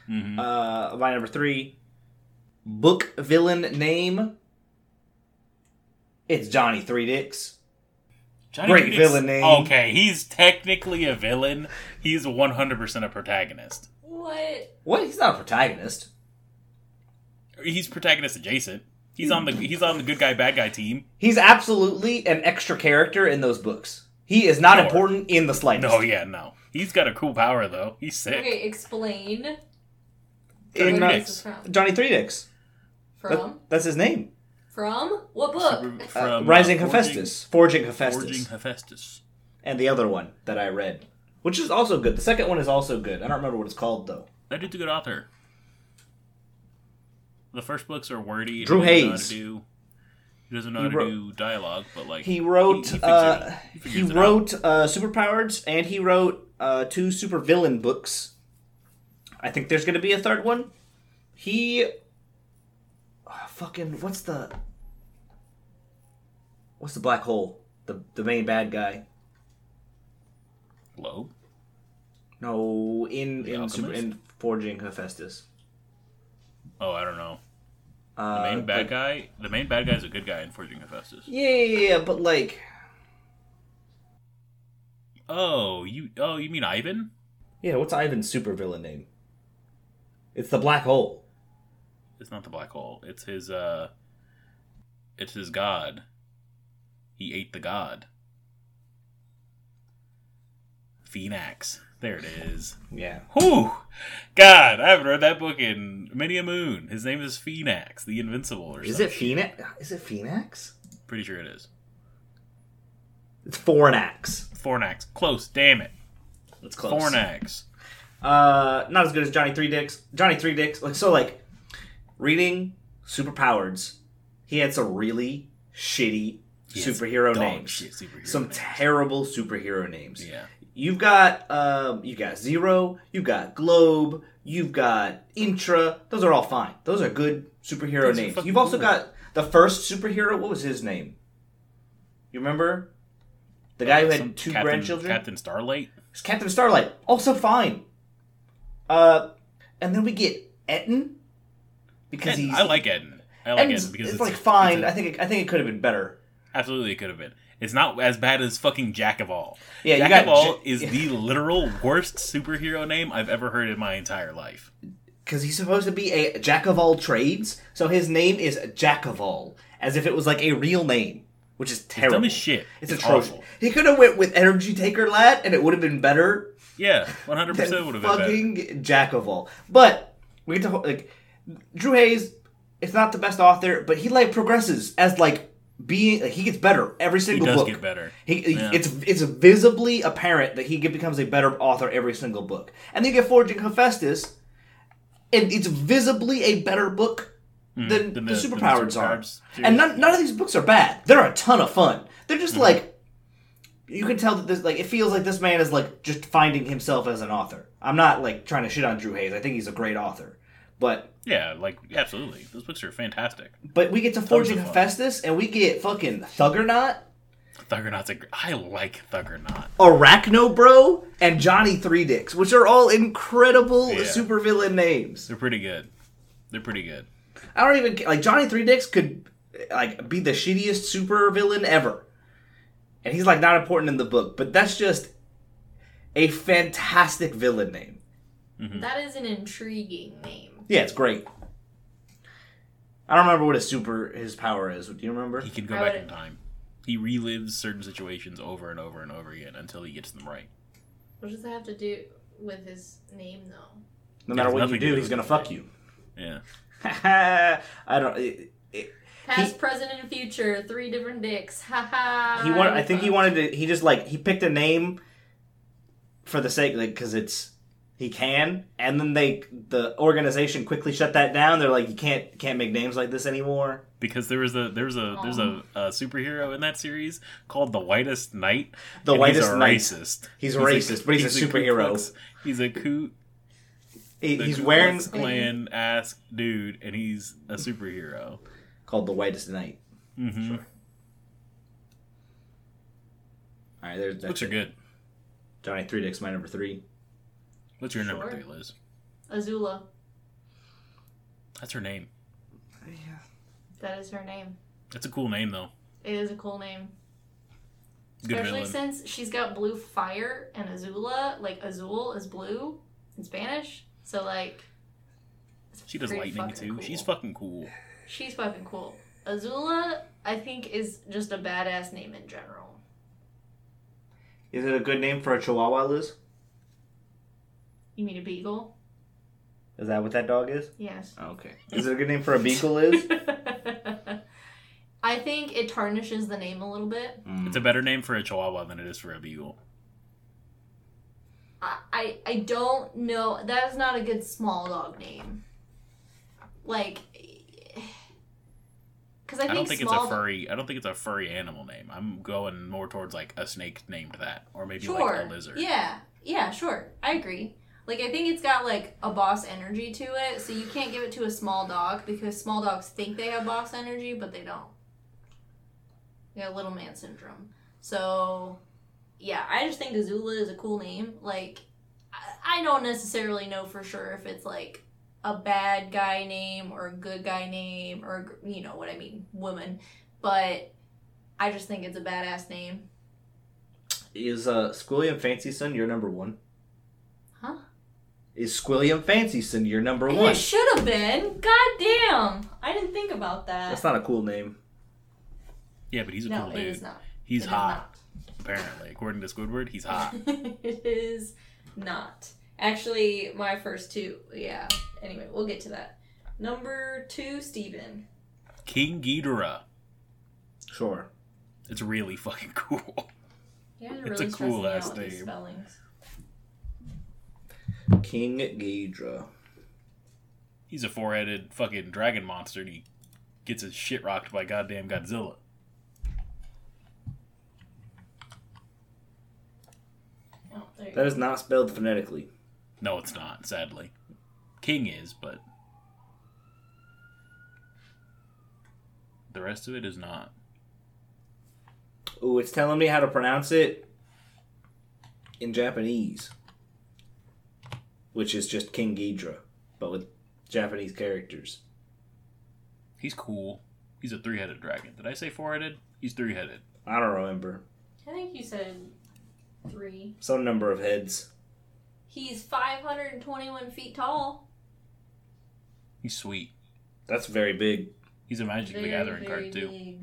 Speaker 1: hmm
Speaker 3: Uh, my number three, book villain name. It's Johnny Three Dicks. great
Speaker 1: Dicks-
Speaker 3: villain name.
Speaker 1: Okay, he's technically a villain. He's one hundred percent a protagonist.
Speaker 2: What?
Speaker 3: What? He's not a protagonist.
Speaker 1: He's protagonist adjacent. He's on the he's on the good guy bad guy team.
Speaker 3: He's absolutely an extra character in those books. He is not
Speaker 1: Sure.
Speaker 3: important in the slightest.
Speaker 1: No, yeah, no. He's got a cool power though. He's sick.
Speaker 2: Okay, explain.
Speaker 3: In,
Speaker 2: where
Speaker 3: uh,
Speaker 2: this is from?
Speaker 3: Johnny Three Dicks. That-
Speaker 2: From?
Speaker 3: that's his name.
Speaker 2: From? What
Speaker 1: From,
Speaker 2: book?
Speaker 3: Uh,
Speaker 1: uh,
Speaker 3: Rising
Speaker 1: Forging-
Speaker 3: Hephaestus. Forging Hephaestus.
Speaker 1: Forging Hephaestus.
Speaker 3: And the other one that I read, which is also good. The second one is also good. I don't remember what it's called though.
Speaker 1: That dude's a good author. The first books are wordy. and
Speaker 3: Drew
Speaker 1: he doesn't know how
Speaker 3: Hayes.
Speaker 1: to do- He doesn't know
Speaker 3: He
Speaker 1: how to
Speaker 3: wrote-
Speaker 1: do dialogue, but like
Speaker 3: He wrote.
Speaker 1: figures it
Speaker 3: uh,
Speaker 1: out. He
Speaker 3: he
Speaker 1: figures it out.
Speaker 3: wrote uh, superpowers, and he wrote uh, two supervillain books. I think there's going to be a third one. He Ah, fucking what's the what's the black hole? The the main bad guy.
Speaker 1: Globe.
Speaker 3: No, in in,
Speaker 1: Alchemist?
Speaker 3: super, in forging Hephaestus.
Speaker 1: Oh, I don't know.
Speaker 3: Uh,
Speaker 1: The main bad
Speaker 3: but-
Speaker 1: guy. The main bad guy's a good guy in Forging Hephaestus.
Speaker 3: Yeah, yeah, yeah, but like,
Speaker 1: Oh, you. Oh, you mean Ivan?
Speaker 3: yeah. What's Ivan's supervillain name? It's the black hole.
Speaker 1: It's not the black hole. It's his. uh It's his god. He ate the god. Phoenix. There it is.
Speaker 3: Yeah.
Speaker 1: Whew. God, I haven't read that book in many a moon. His name is Phoenix, the Invincible, or
Speaker 3: Is
Speaker 1: some
Speaker 3: it
Speaker 1: shit.
Speaker 3: Phoenix? Is it Phoenix?
Speaker 1: Pretty sure it is.
Speaker 3: It's Fornax.
Speaker 1: Fornax. Close. Damn it.
Speaker 3: That's
Speaker 1: Fornax.
Speaker 3: Uh, not as good as Johnny Three Dicks. Johnny Three Dicks. Like so, like reading superpowers. He had some really shitty
Speaker 1: Yes,
Speaker 3: superhero
Speaker 1: dog
Speaker 3: names.
Speaker 1: shit superhero
Speaker 3: some
Speaker 1: names.
Speaker 3: terrible superhero names.
Speaker 1: Yeah.
Speaker 3: You've got um, you got Zero. You've got Globe. You've got Intra. Those are all fine. Those are good superhero
Speaker 1: Those are
Speaker 3: names.
Speaker 1: fucking
Speaker 3: You've also
Speaker 1: cool.
Speaker 3: got the first superhero. What was his name? You remember? The guy who
Speaker 1: Some
Speaker 3: had two
Speaker 1: Captain-
Speaker 3: grandchildren.
Speaker 1: Captain Starlight.
Speaker 3: It's Captain Starlight, also fine. Uh, and then we get Etten because
Speaker 1: Ed-
Speaker 3: he's
Speaker 1: I like Eden. I like
Speaker 3: Etten's-
Speaker 1: Eden because
Speaker 3: it's,
Speaker 1: it's,
Speaker 3: like fine.
Speaker 1: it's
Speaker 3: I think it, I think it could have been better.
Speaker 1: Absolutely, it could have been. It's not as bad as fucking Jack of All.
Speaker 3: Yeah, you
Speaker 1: Jack
Speaker 3: got
Speaker 1: of All
Speaker 3: Ja-
Speaker 1: is the literal worst superhero name I've ever heard in my entire life.
Speaker 3: because he's supposed to be a jack of all trades, so his name is Jack of all, as if it was like a real name, which is terrible.
Speaker 1: Dumb as shit.
Speaker 3: It's,
Speaker 1: It's
Speaker 3: atrocious.
Speaker 1: awful.
Speaker 3: He could have went with Energy Taker Lad, and it would have been better
Speaker 1: Yeah, 100%
Speaker 3: than
Speaker 1: would have been better.
Speaker 3: fucking Jack of all. But We get to ho- like Drew Hayes. It's not the best author, but he like progresses as like being. Like, he gets better every
Speaker 1: He
Speaker 3: single
Speaker 1: does
Speaker 3: book.
Speaker 1: get better.
Speaker 3: He,
Speaker 1: Yeah.
Speaker 3: It's it's visibly apparent that he get- becomes a better author every single book. And then you get Forging Hephaestus, and it's visibly a better book than,
Speaker 1: Hmm, than
Speaker 3: the,
Speaker 1: the- than the
Speaker 3: Superpowers are.
Speaker 1: Superpowers
Speaker 3: And
Speaker 1: series.
Speaker 3: none, none of these books are bad. They're a ton of fun. They're
Speaker 1: Hmm.
Speaker 3: just like you can tell that this like it feels like this man is like just finding himself as an author. I'm not like trying to shit on Drew Hayes. I think he's a great author. But
Speaker 1: Yeah, like absolutely. Those books are fantastic.
Speaker 3: but we get to Forging
Speaker 1: of fun.
Speaker 3: Hephaestus and we get fucking Thuggernot
Speaker 1: Thuggernaut's a gr- I like Thuggernaut.
Speaker 3: Arachno Bro and Johnny Three Dicks, which are all incredible
Speaker 1: Yeah.
Speaker 3: supervillain names.
Speaker 1: They're pretty good. They're pretty good.
Speaker 3: I don't even like Johnny Three Dicks could like be the shittiest supervillain ever, and he's like not important in the book, but that's just a fantastic villain name.
Speaker 2: That is an intriguing name.
Speaker 3: Yeah, it's great. I don't remember what his super his power is. Do you remember?
Speaker 1: He can go
Speaker 2: I
Speaker 1: back
Speaker 2: would-
Speaker 1: in time. He relives certain situations over and over and over again until he gets them right.
Speaker 2: What does that have to do with his name, though?
Speaker 3: No matter
Speaker 1: It has
Speaker 3: what you
Speaker 1: nothing to
Speaker 3: do,
Speaker 1: do
Speaker 3: he's
Speaker 1: with
Speaker 3: gonna
Speaker 1: it.
Speaker 3: fuck you.
Speaker 1: Yeah.
Speaker 3: I don't. It, it,
Speaker 2: Past, present, and future. Three different dicks. Ha ha.
Speaker 3: he wanted. I think he wanted to. He just like he picked a name for the sake, like because it's he can. And then they the organization quickly shut that down. They're like, you can't can't make names like this anymore.
Speaker 1: Because there was a there was a there's a, a superhero in that series called the Whitest Knight.
Speaker 3: The
Speaker 1: and he's
Speaker 3: Whitest
Speaker 1: a
Speaker 3: Knight.
Speaker 1: racist.
Speaker 3: He's racist, but he's a
Speaker 1: Ku
Speaker 3: superhero.
Speaker 1: Klux- he's a Ku
Speaker 3: He-
Speaker 1: the
Speaker 3: he's
Speaker 1: Ku
Speaker 3: wearing
Speaker 1: Klux Klan ass dude, and he's a superhero.
Speaker 3: called the whitest knight.
Speaker 1: Mhm.
Speaker 3: All right, there's that's
Speaker 1: Books are good.
Speaker 3: Johnny Three Dicks, my number three.
Speaker 1: What's your number
Speaker 2: Sure.
Speaker 1: three, Liz?
Speaker 2: Azula.
Speaker 1: That's her name.
Speaker 2: That is her name.
Speaker 1: That's a cool name though.
Speaker 2: It is a cool name.
Speaker 1: Good
Speaker 2: Especially
Speaker 1: villain.
Speaker 2: since she's got blue fire and Azula, like Azul is blue in Spanish. So like it's
Speaker 1: She does
Speaker 2: pretty
Speaker 1: lightning
Speaker 2: fucking
Speaker 1: too.
Speaker 2: cool.
Speaker 1: She's fucking cool.
Speaker 2: She's fucking cool. Azula, I think, is just a badass name in general.
Speaker 3: Is it a good name for a Chihuahua, Liz?
Speaker 2: You mean a beagle?
Speaker 3: Is that what that dog is? Oh,
Speaker 2: Yes.
Speaker 3: Okay. Is it a good name for a beagle, Liz?
Speaker 2: I think it tarnishes the name a little bit.
Speaker 1: It's a better name for a chihuahua than it is for a beagle.
Speaker 2: I, I I don't know. That is not a good small dog name. Like, because I
Speaker 1: I,
Speaker 2: think,
Speaker 1: don't think it's
Speaker 2: small
Speaker 1: a furry. I don't think it's a furry animal name. I'm going more towards like a snake named that, or maybe
Speaker 2: Sure.
Speaker 1: like a lizard.
Speaker 2: Yeah. Yeah. Sure. I agree. Like I think it's got like a boss energy to it, so you can't give it to a small dog because small dogs think they have boss energy, but they don't. They got little man syndrome. So, yeah, I just think Azula is a cool name. Like, I, I don't necessarily know for sure if it's like a bad guy name or a good guy name or a gr- you know what I mean, woman. But I just think it's a badass name.
Speaker 3: Is uh, Squilliam Fancyson your number one?
Speaker 2: Huh?
Speaker 3: Is Squilliam Fancyson your number
Speaker 2: And
Speaker 3: one?
Speaker 2: It should have been. God damn. I didn't think about that.
Speaker 3: That's not a cool name.
Speaker 1: Yeah, but he's a
Speaker 2: no,
Speaker 1: cool
Speaker 2: it
Speaker 1: dude.
Speaker 2: is not.
Speaker 1: He's
Speaker 2: It is
Speaker 1: hot, apparently. According to Squidward, he's hot.
Speaker 2: not. it is not. Actually, my first two. Yeah. Anyway, we'll get to that. Number two, Steven.
Speaker 1: King Ghidorah.
Speaker 3: Sure.
Speaker 1: It's really fucking cool.
Speaker 2: You guys are
Speaker 1: It's a
Speaker 2: really stressing me out
Speaker 1: cool-ass
Speaker 2: with these
Speaker 1: name.
Speaker 2: Spellings.
Speaker 3: King Ghidra.
Speaker 1: He's a four-headed fucking dragon monster, and he gets his shit rocked by goddamn Godzilla.
Speaker 2: Oh, there you
Speaker 3: That
Speaker 2: go.
Speaker 3: is not spelled phonetically.
Speaker 1: No, it's not. Sadly, King is, but the rest of it is not.
Speaker 3: Ooh, it's telling me how to pronounce it in Japanese, which is just King Ghidra, but with Japanese characters.
Speaker 1: He's cool. He's a three-headed dragon. Did I say four-headed? He's three-headed.
Speaker 3: I don't remember.
Speaker 2: I think you said three.
Speaker 3: Some number of heads.
Speaker 2: He's 521 feet tall.
Speaker 1: He's sweet.
Speaker 3: That's very big.
Speaker 1: He's a Magic the
Speaker 2: Very,
Speaker 1: Gathering
Speaker 2: very
Speaker 1: card too.
Speaker 2: big.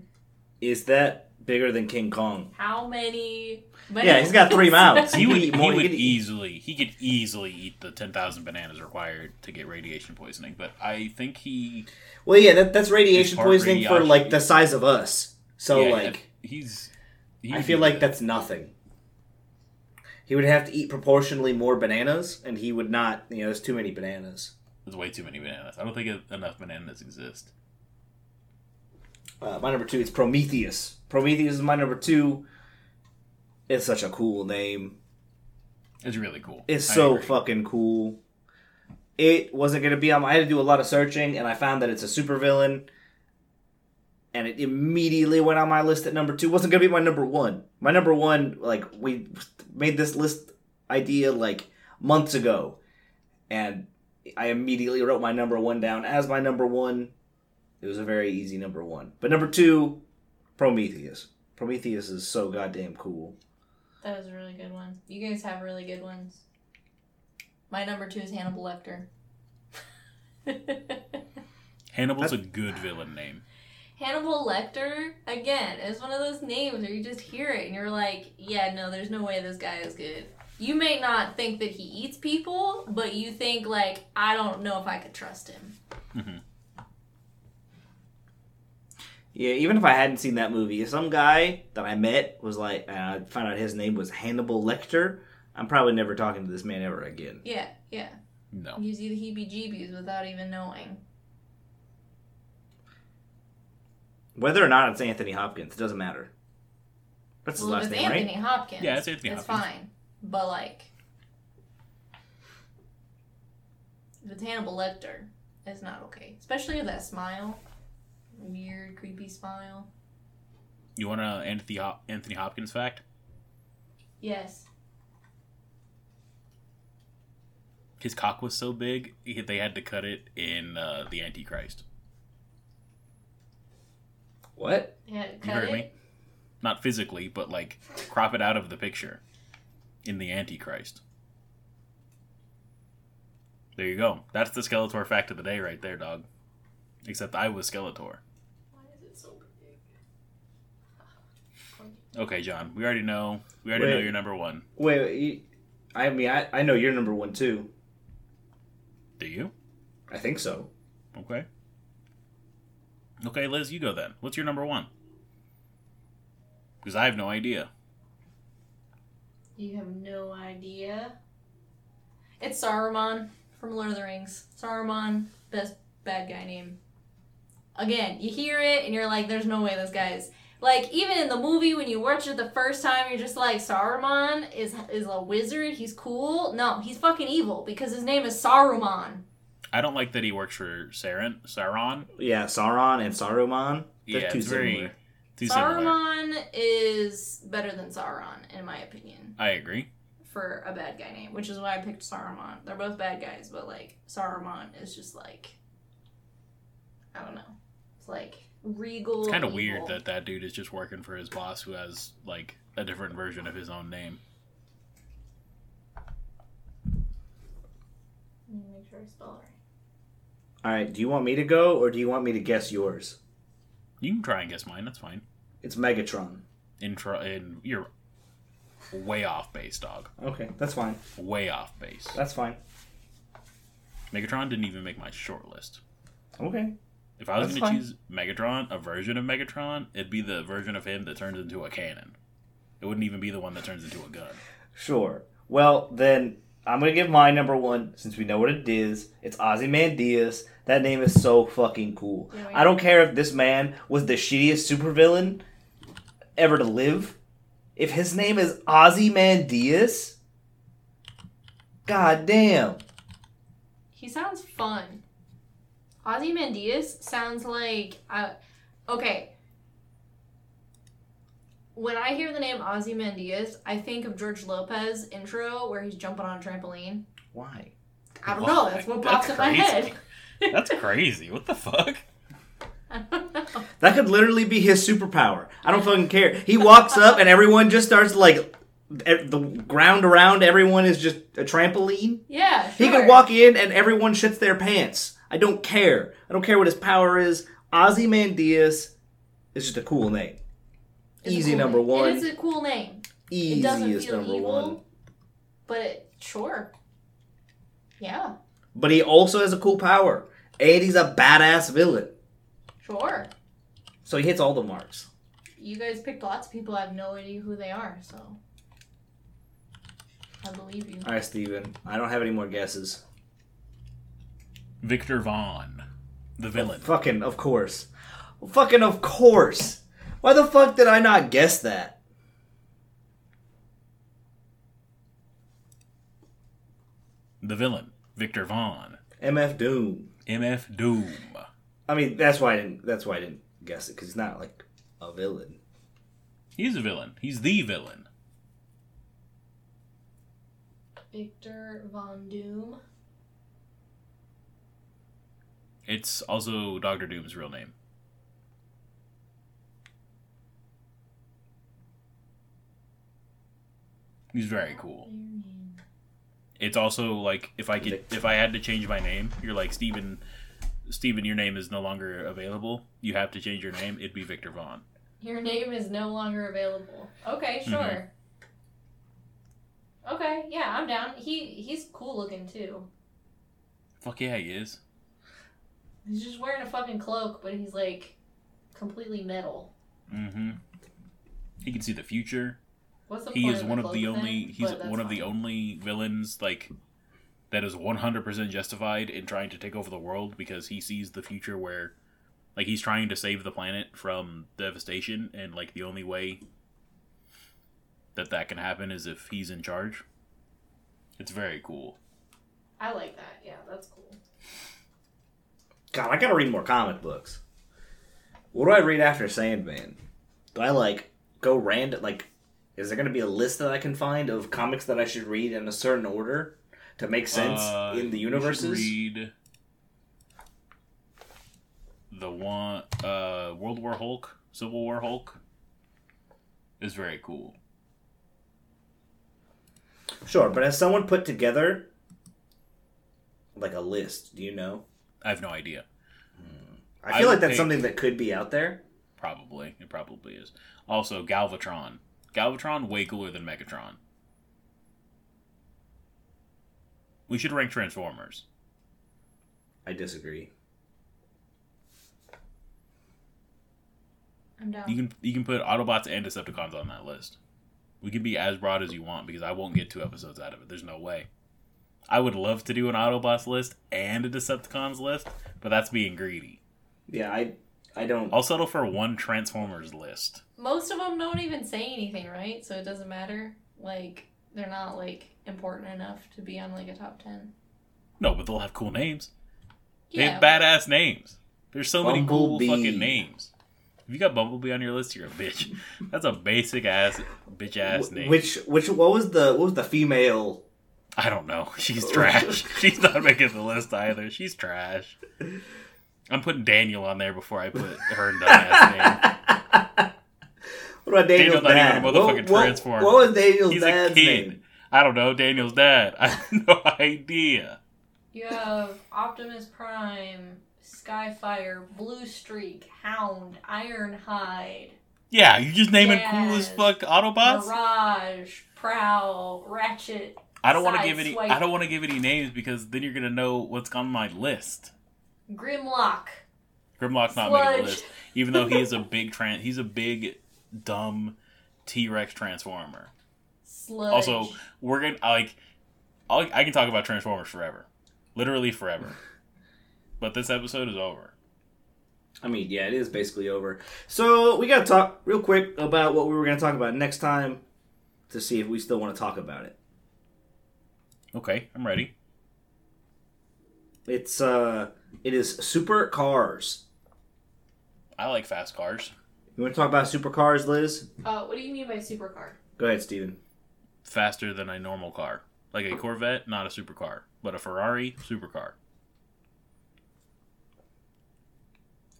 Speaker 3: Is that bigger than King Kong?
Speaker 2: How many?
Speaker 3: Yeah, he's got three mouths.
Speaker 1: He would,
Speaker 3: He
Speaker 1: he
Speaker 3: could eat more- he
Speaker 1: would
Speaker 3: could eat-
Speaker 1: easily he could easily eat the ten thousand bananas required to get radiation poisoning, but I think he
Speaker 3: Well, yeah, that, that's radiation
Speaker 1: part
Speaker 3: poisoning for
Speaker 1: radiology.
Speaker 3: like the size of us. So
Speaker 1: yeah,
Speaker 3: like,
Speaker 1: he's he
Speaker 3: I
Speaker 1: would
Speaker 3: feel
Speaker 1: do
Speaker 3: like
Speaker 1: that.
Speaker 3: that's nothing. He would have to eat proportionally more bananas, and he would not. You know, there's too many bananas.
Speaker 1: There's way too many bananas. I don't think e-, enough bananas exist.
Speaker 3: Uh, my number two is Prometheus. Prometheus is my number two. It's such a cool name.
Speaker 1: It's really cool.
Speaker 3: It's
Speaker 1: I
Speaker 3: so
Speaker 1: agree.
Speaker 3: fucking cool. It wasn't gonna be on. my- I had to do a lot of searching, and I found that it's a supervillain. And it immediately went on my list at number two. wasn't gonna be my number one. My number one, like we made this list idea like months ago, and I immediately wrote my number one down as my number one. It was a very easy number one. But number two, Prometheus. Prometheus is so goddamn cool.
Speaker 2: That was a really good one. You guys have really good ones. My number two is Hannibal Lecter.
Speaker 1: Hannibal's a good villain name.
Speaker 2: Hannibal Lecter, again, is one of those names where you just hear it and you're like, yeah, no, there's no way this guy is good. You may not think that he eats people, but you think, like, I don't know if I could trust him.
Speaker 3: Yeah, even if I hadn't seen that movie, if some guy that I met was like, and I found out his name was Hannibal Lecter, I'm probably never talking to this man ever again.
Speaker 2: Yeah, yeah.
Speaker 1: No.
Speaker 2: Gives you the heebie jeebies without even knowing.
Speaker 3: Whether or not it's Anthony Hopkins, it doesn't matter. That's his
Speaker 2: Well, if
Speaker 3: last
Speaker 2: it's
Speaker 3: name,
Speaker 2: Anthony
Speaker 3: right?
Speaker 2: Hopkins.
Speaker 1: Yeah, it's Anthony
Speaker 2: It's
Speaker 1: Hopkins.
Speaker 2: fine. But, like, if it's Hannibal Lecter, it's not okay. Especially with that smile. Weird, creepy smile.
Speaker 1: You want to Anthony Hop- Anthony Hopkins fact?
Speaker 2: Yes.
Speaker 1: His cock was so big he- they had to cut it in uh, the Antichrist.
Speaker 3: What?
Speaker 2: Yeah,
Speaker 1: You
Speaker 2: cut
Speaker 1: heard
Speaker 2: it.
Speaker 1: me? Not physically, but like crop it out of the picture in the Antichrist. There you go. That's the Skeletor fact of the day, right there, dog. Except I was Skeletor.
Speaker 2: Why is it so big?
Speaker 1: Okay, John. We already know. We already know
Speaker 3: Wait.
Speaker 1: you're number one.
Speaker 3: Wait, wait you, I mean, I, I know you're number one too.
Speaker 1: Do you?
Speaker 3: I think so.
Speaker 1: Okay. Okay, Liz, you go then. What's your number one? Because I have no idea.
Speaker 2: You have no idea. It's Saruman from Lord of the Rings. Saruman, best bad guy name. Again, you hear it and you're like, there's no way this guy is. Like, even in the movie, when you watch it the first time, you're just like, Saruman is, is a wizard. He's cool. No, he's fucking evil because his name is Saruman.
Speaker 1: I don't like that he works for Saren, Sauron.
Speaker 3: Yeah, Sauron and Saruman. They're
Speaker 1: yeah,
Speaker 3: too
Speaker 1: it's very
Speaker 3: similar.
Speaker 1: too similar.
Speaker 2: Saruman is better than Sauron, in my opinion.
Speaker 1: I agree.
Speaker 2: for a bad guy name, which is why I picked Saruman. They're both bad guys, but like Saruman is just like I don't know. It's like regal.
Speaker 1: It's kind of weird
Speaker 2: evil.
Speaker 1: that that dude is just working for his boss who has like a different version of his own name.
Speaker 2: Let me Make sure I spell it right.
Speaker 3: All right, do you want me to go or do you want me to guess yours?
Speaker 1: You can try and guess mine. That's fine.
Speaker 3: It's Megatron.
Speaker 1: Intro and you're way off base, dog.
Speaker 3: Okay, that's fine.
Speaker 1: Way off base.
Speaker 3: That's fine.
Speaker 1: Megatron didn't even make my short list.
Speaker 3: Okay.
Speaker 1: If I was
Speaker 3: That's
Speaker 1: going to
Speaker 3: fine.
Speaker 1: choose Megatron, a version of Megatron, it'd be the version of him that turns into a cannon. It wouldn't even be the one that turns into a gun.
Speaker 3: Sure. Well, then I'm gonna give my number one since we know what it is. It's Ozymandias. That name is so fucking cool.
Speaker 2: Yeah, we-
Speaker 3: I don't care if this man was the shittiest supervillain ever to live. If his name is Ozymandias, god damn.
Speaker 2: He sounds fun. Ozymandias sounds like uh, okay. When I hear the name Ozymandias, I think of George Lopez intro where he's jumping on a trampoline.
Speaker 3: Why?
Speaker 2: I don't know. That's what
Speaker 1: That's
Speaker 2: pops in my
Speaker 1: crazy.
Speaker 2: head.
Speaker 1: That's crazy. What the fuck?
Speaker 2: I don't know.
Speaker 3: That could literally be his superpower. I don't fucking care. He walks up and everyone just starts like e- the ground around everyone is just a trampoline.
Speaker 2: Yeah,
Speaker 3: He
Speaker 2: sure.
Speaker 3: could walk in and everyone shits their pants. I don't care. I don't care what his power is. Ozymandias is just a cool name.
Speaker 2: It's a
Speaker 3: Easy
Speaker 2: cool
Speaker 3: number
Speaker 2: name.
Speaker 3: one.
Speaker 2: It is a cool name. It doesn't
Speaker 3: Easiest
Speaker 2: feel
Speaker 3: number
Speaker 2: evil,
Speaker 3: one.
Speaker 2: but sure. Yeah,
Speaker 3: But he also has a cool power. And he's a badass villain.
Speaker 2: sure.
Speaker 3: So he hits all the marks.
Speaker 2: You guys picked lots of people. I have no idea who they are, so I believe you.
Speaker 3: Alright, Steven. I don't have any more guesses.
Speaker 1: Victor Vaughn, the villain.
Speaker 3: Fucking of course. Fucking of course. Why the fuck did I not guess that?
Speaker 1: The villain. Victor Vaughn.
Speaker 3: MF Doom.
Speaker 1: MF Doom.
Speaker 3: I mean, that's why I didn't. That's why I didn't guess it because he's not like a villain.
Speaker 1: He's a villain. He's the villain.
Speaker 2: Victor Von Doom.
Speaker 1: It's also Doctor Doom's real name. He's very cool. It's also like if I could if I had to change my name, you're like Steven Steven, your name is no longer available. You have to change your name. It'd be Victor Vaughn.
Speaker 2: Your name is no longer available. Okay,
Speaker 3: Mm-hmm.
Speaker 2: sure. Okay, yeah, I'm down. He he's cool looking too.
Speaker 1: Fuck yeah, he is.
Speaker 2: He's just wearing a fucking cloak, but he's like completely metal.
Speaker 1: Mm-hmm. He can see the future.
Speaker 2: What's the
Speaker 1: he
Speaker 2: point
Speaker 1: is
Speaker 2: of
Speaker 1: one
Speaker 2: the
Speaker 1: of the
Speaker 2: cloak
Speaker 1: only
Speaker 2: thing?
Speaker 1: he's
Speaker 2: But that's
Speaker 1: one of
Speaker 2: fine.
Speaker 1: the only villains like that is 100% justified in trying to take over the world because he sees the future where like he's trying to save the planet from devastation and like the only way that that can happen is if he's in charge it's very cool
Speaker 2: I like that. Yeah, that's cool.
Speaker 3: God, I gotta read more comic books. What do I read after Sandman? Do I like go random? Like, is there gonna be a list that I can find of comics that I should read in a certain order to make sense
Speaker 1: Uh,
Speaker 3: in the
Speaker 1: you should
Speaker 3: universes?
Speaker 1: read the one uh world war hulk civil war hulk is very cool
Speaker 3: Sure, but has someone put together like a list? Do you know?
Speaker 1: i have no idea
Speaker 3: I
Speaker 1: I
Speaker 3: feel
Speaker 1: would
Speaker 3: like that's
Speaker 1: take-
Speaker 3: something that could be out there.
Speaker 1: Probably. It probably is. Also, Galvatron. Galvatron, way cooler than Megatron. We should rank Transformers.
Speaker 3: I disagree.
Speaker 2: I'm down.
Speaker 1: You can you can put Autobots and Decepticons on that list. We can be as broad as you want because I won't get two episodes out of it. There's no way. I would love to do an Autobots list and a Decepticons list, but that's being greedy.
Speaker 3: Yeah, I I don't.
Speaker 1: I'll settle for one Transformers list.
Speaker 2: Most of them don't even say anything, right? So it doesn't matter. Like they're not like important enough to be on like a top ten.
Speaker 1: No, but they'll have cool names. They
Speaker 2: Yeah,
Speaker 1: have badass names. There's so many cool
Speaker 3: Bumblebee.
Speaker 1: fucking names. If you got Bumblebee on your list, you're a bitch. That's a basic ass bitch ass name.
Speaker 3: Which which what was the what was the female?
Speaker 1: I don't know. She's trash. She's not making the list either. She's trash. I'm putting Daniel on there before I put her dumbass name.
Speaker 3: What about Daniel's
Speaker 1: Daniel's not even a
Speaker 3: dad?
Speaker 1: motherfucking
Speaker 3: what, what-
Speaker 1: Transformer.
Speaker 3: What, was Daniel's
Speaker 1: He's a
Speaker 3: dad's
Speaker 1: kid.
Speaker 3: name?
Speaker 1: I don't know. Daniel's dad. I have no idea.
Speaker 2: You have Optimus Prime, Skyfire, Blue Streak, Hound, Ironhide,
Speaker 1: Yeah, you just naming cool as
Speaker 2: Jazz.
Speaker 1: fuck Autobots.
Speaker 2: Mirage, Prowl, Ratchet.
Speaker 1: I don't want to give any.
Speaker 2: Sideswipe.
Speaker 1: I don't want to give any names because then you're gonna know what's on my list.
Speaker 2: Grimlock.
Speaker 1: Grimlock's not making
Speaker 2: Sludge.
Speaker 1: the list, even though he is a big tran- he's a big dumb T Rex transformer.
Speaker 2: Sludge.
Speaker 1: Also, we're gonna like I'll, I can talk about Transformers forever, literally forever. but this episode is over.
Speaker 3: I mean, yeah, it is basically over. So we gotta talk real quick about what we were gonna talk about next time to see if we still want to talk about it.
Speaker 1: Okay, I'm ready.
Speaker 3: It's uh, it is supercars.
Speaker 1: I like fast cars.
Speaker 3: You want to talk about supercars, Liz?
Speaker 2: uh, what do you mean by supercar?
Speaker 3: Go ahead, Steven.
Speaker 1: Faster than a normal car, like a Corvette, not a supercar, but a Ferrari supercar.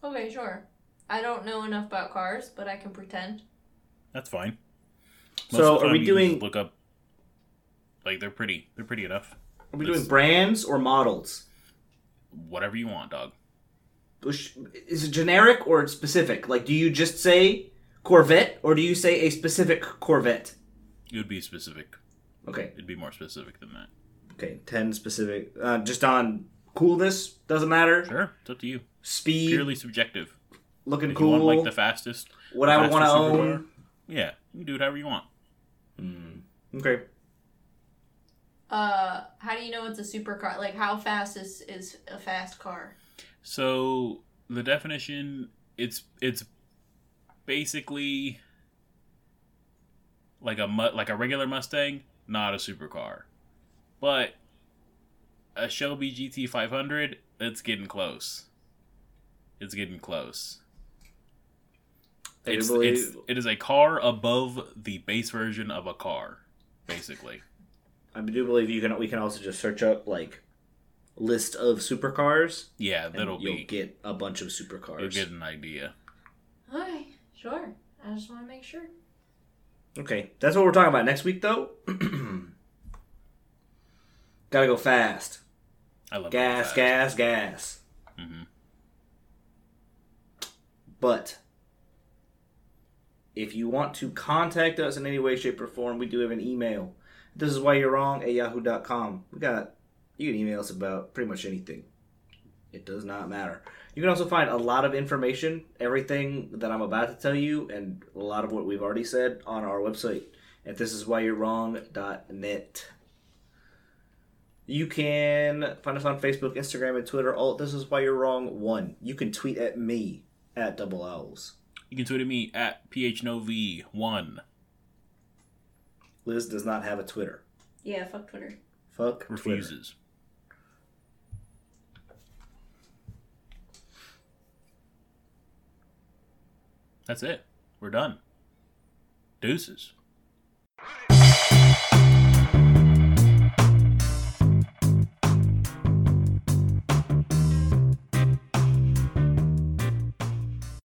Speaker 2: Okay, sure. I don't know enough about cars, but I can pretend.
Speaker 1: That's fine.
Speaker 3: So,
Speaker 1: of the
Speaker 3: are we
Speaker 1: time you can just
Speaker 3: doing-
Speaker 1: look up? Like they're pretty. They're pretty enough.
Speaker 3: Are we
Speaker 1: Let's-
Speaker 3: doing brands or models?
Speaker 1: Whatever you want, dog.
Speaker 3: Is it generic or specific? Like, do you just say Corvette, or do you say a specific Corvette?
Speaker 1: It would be specific.
Speaker 3: Okay,
Speaker 1: It'd be more specific than that.
Speaker 3: okay, ten specific. Uh, just on coolness, doesn't matter.
Speaker 1: Sure, it's up to you.
Speaker 3: Speed,
Speaker 1: Purely subjective.
Speaker 3: looking
Speaker 1: If
Speaker 3: cool.
Speaker 1: you want like the fastest,
Speaker 3: what I would want to
Speaker 1: fastest
Speaker 3: own.
Speaker 1: supercar, yeah, you can do it however you want.
Speaker 3: Hmm. Okay,
Speaker 2: Uh, how do you know it's a supercar? Like, how fast is is a fast car?
Speaker 1: So the definition it's it's basically like a mu- like a regular Mustang, not a supercar, but a Shelby GT500. It's getting close. It's getting close.
Speaker 3: I do
Speaker 1: It's,
Speaker 3: believe-
Speaker 1: it's it is a car above the base version of a car, basically.
Speaker 3: I do believe you can. We can also just search up like list of supercars.
Speaker 1: Yeah,
Speaker 3: and
Speaker 1: that'll
Speaker 3: you'll
Speaker 1: be
Speaker 3: get a bunch of supercars.
Speaker 1: you'll get an idea.
Speaker 2: Okay, sure. I just want to make sure.
Speaker 3: Okay, that's what we're talking about next week, though. Gotta go fast.
Speaker 1: I love
Speaker 3: Gas,
Speaker 1: that.
Speaker 3: gas, gas.
Speaker 1: Mhm.
Speaker 3: But if you want to contact us in any way, shape, or form, we do have an email. This is why you're wrong at yahoo.com. We got you can email us about pretty much anything. It does not matter. You can also find a lot of information, everything that I'm about to tell you, and a lot of what we've already said on our website at thisiswhyyourewrong.net. You can find us on Facebook, Instagram, and Twitter. All this is why you're wrong. One, you can tweet at me at Double Owls.
Speaker 1: You can tweet at me at phnov1.
Speaker 3: Liz does not have a Twitter.
Speaker 2: Yeah, fuck Twitter.
Speaker 3: Fuck Twitter.
Speaker 1: Refuses. That's it. We're done. Deuces.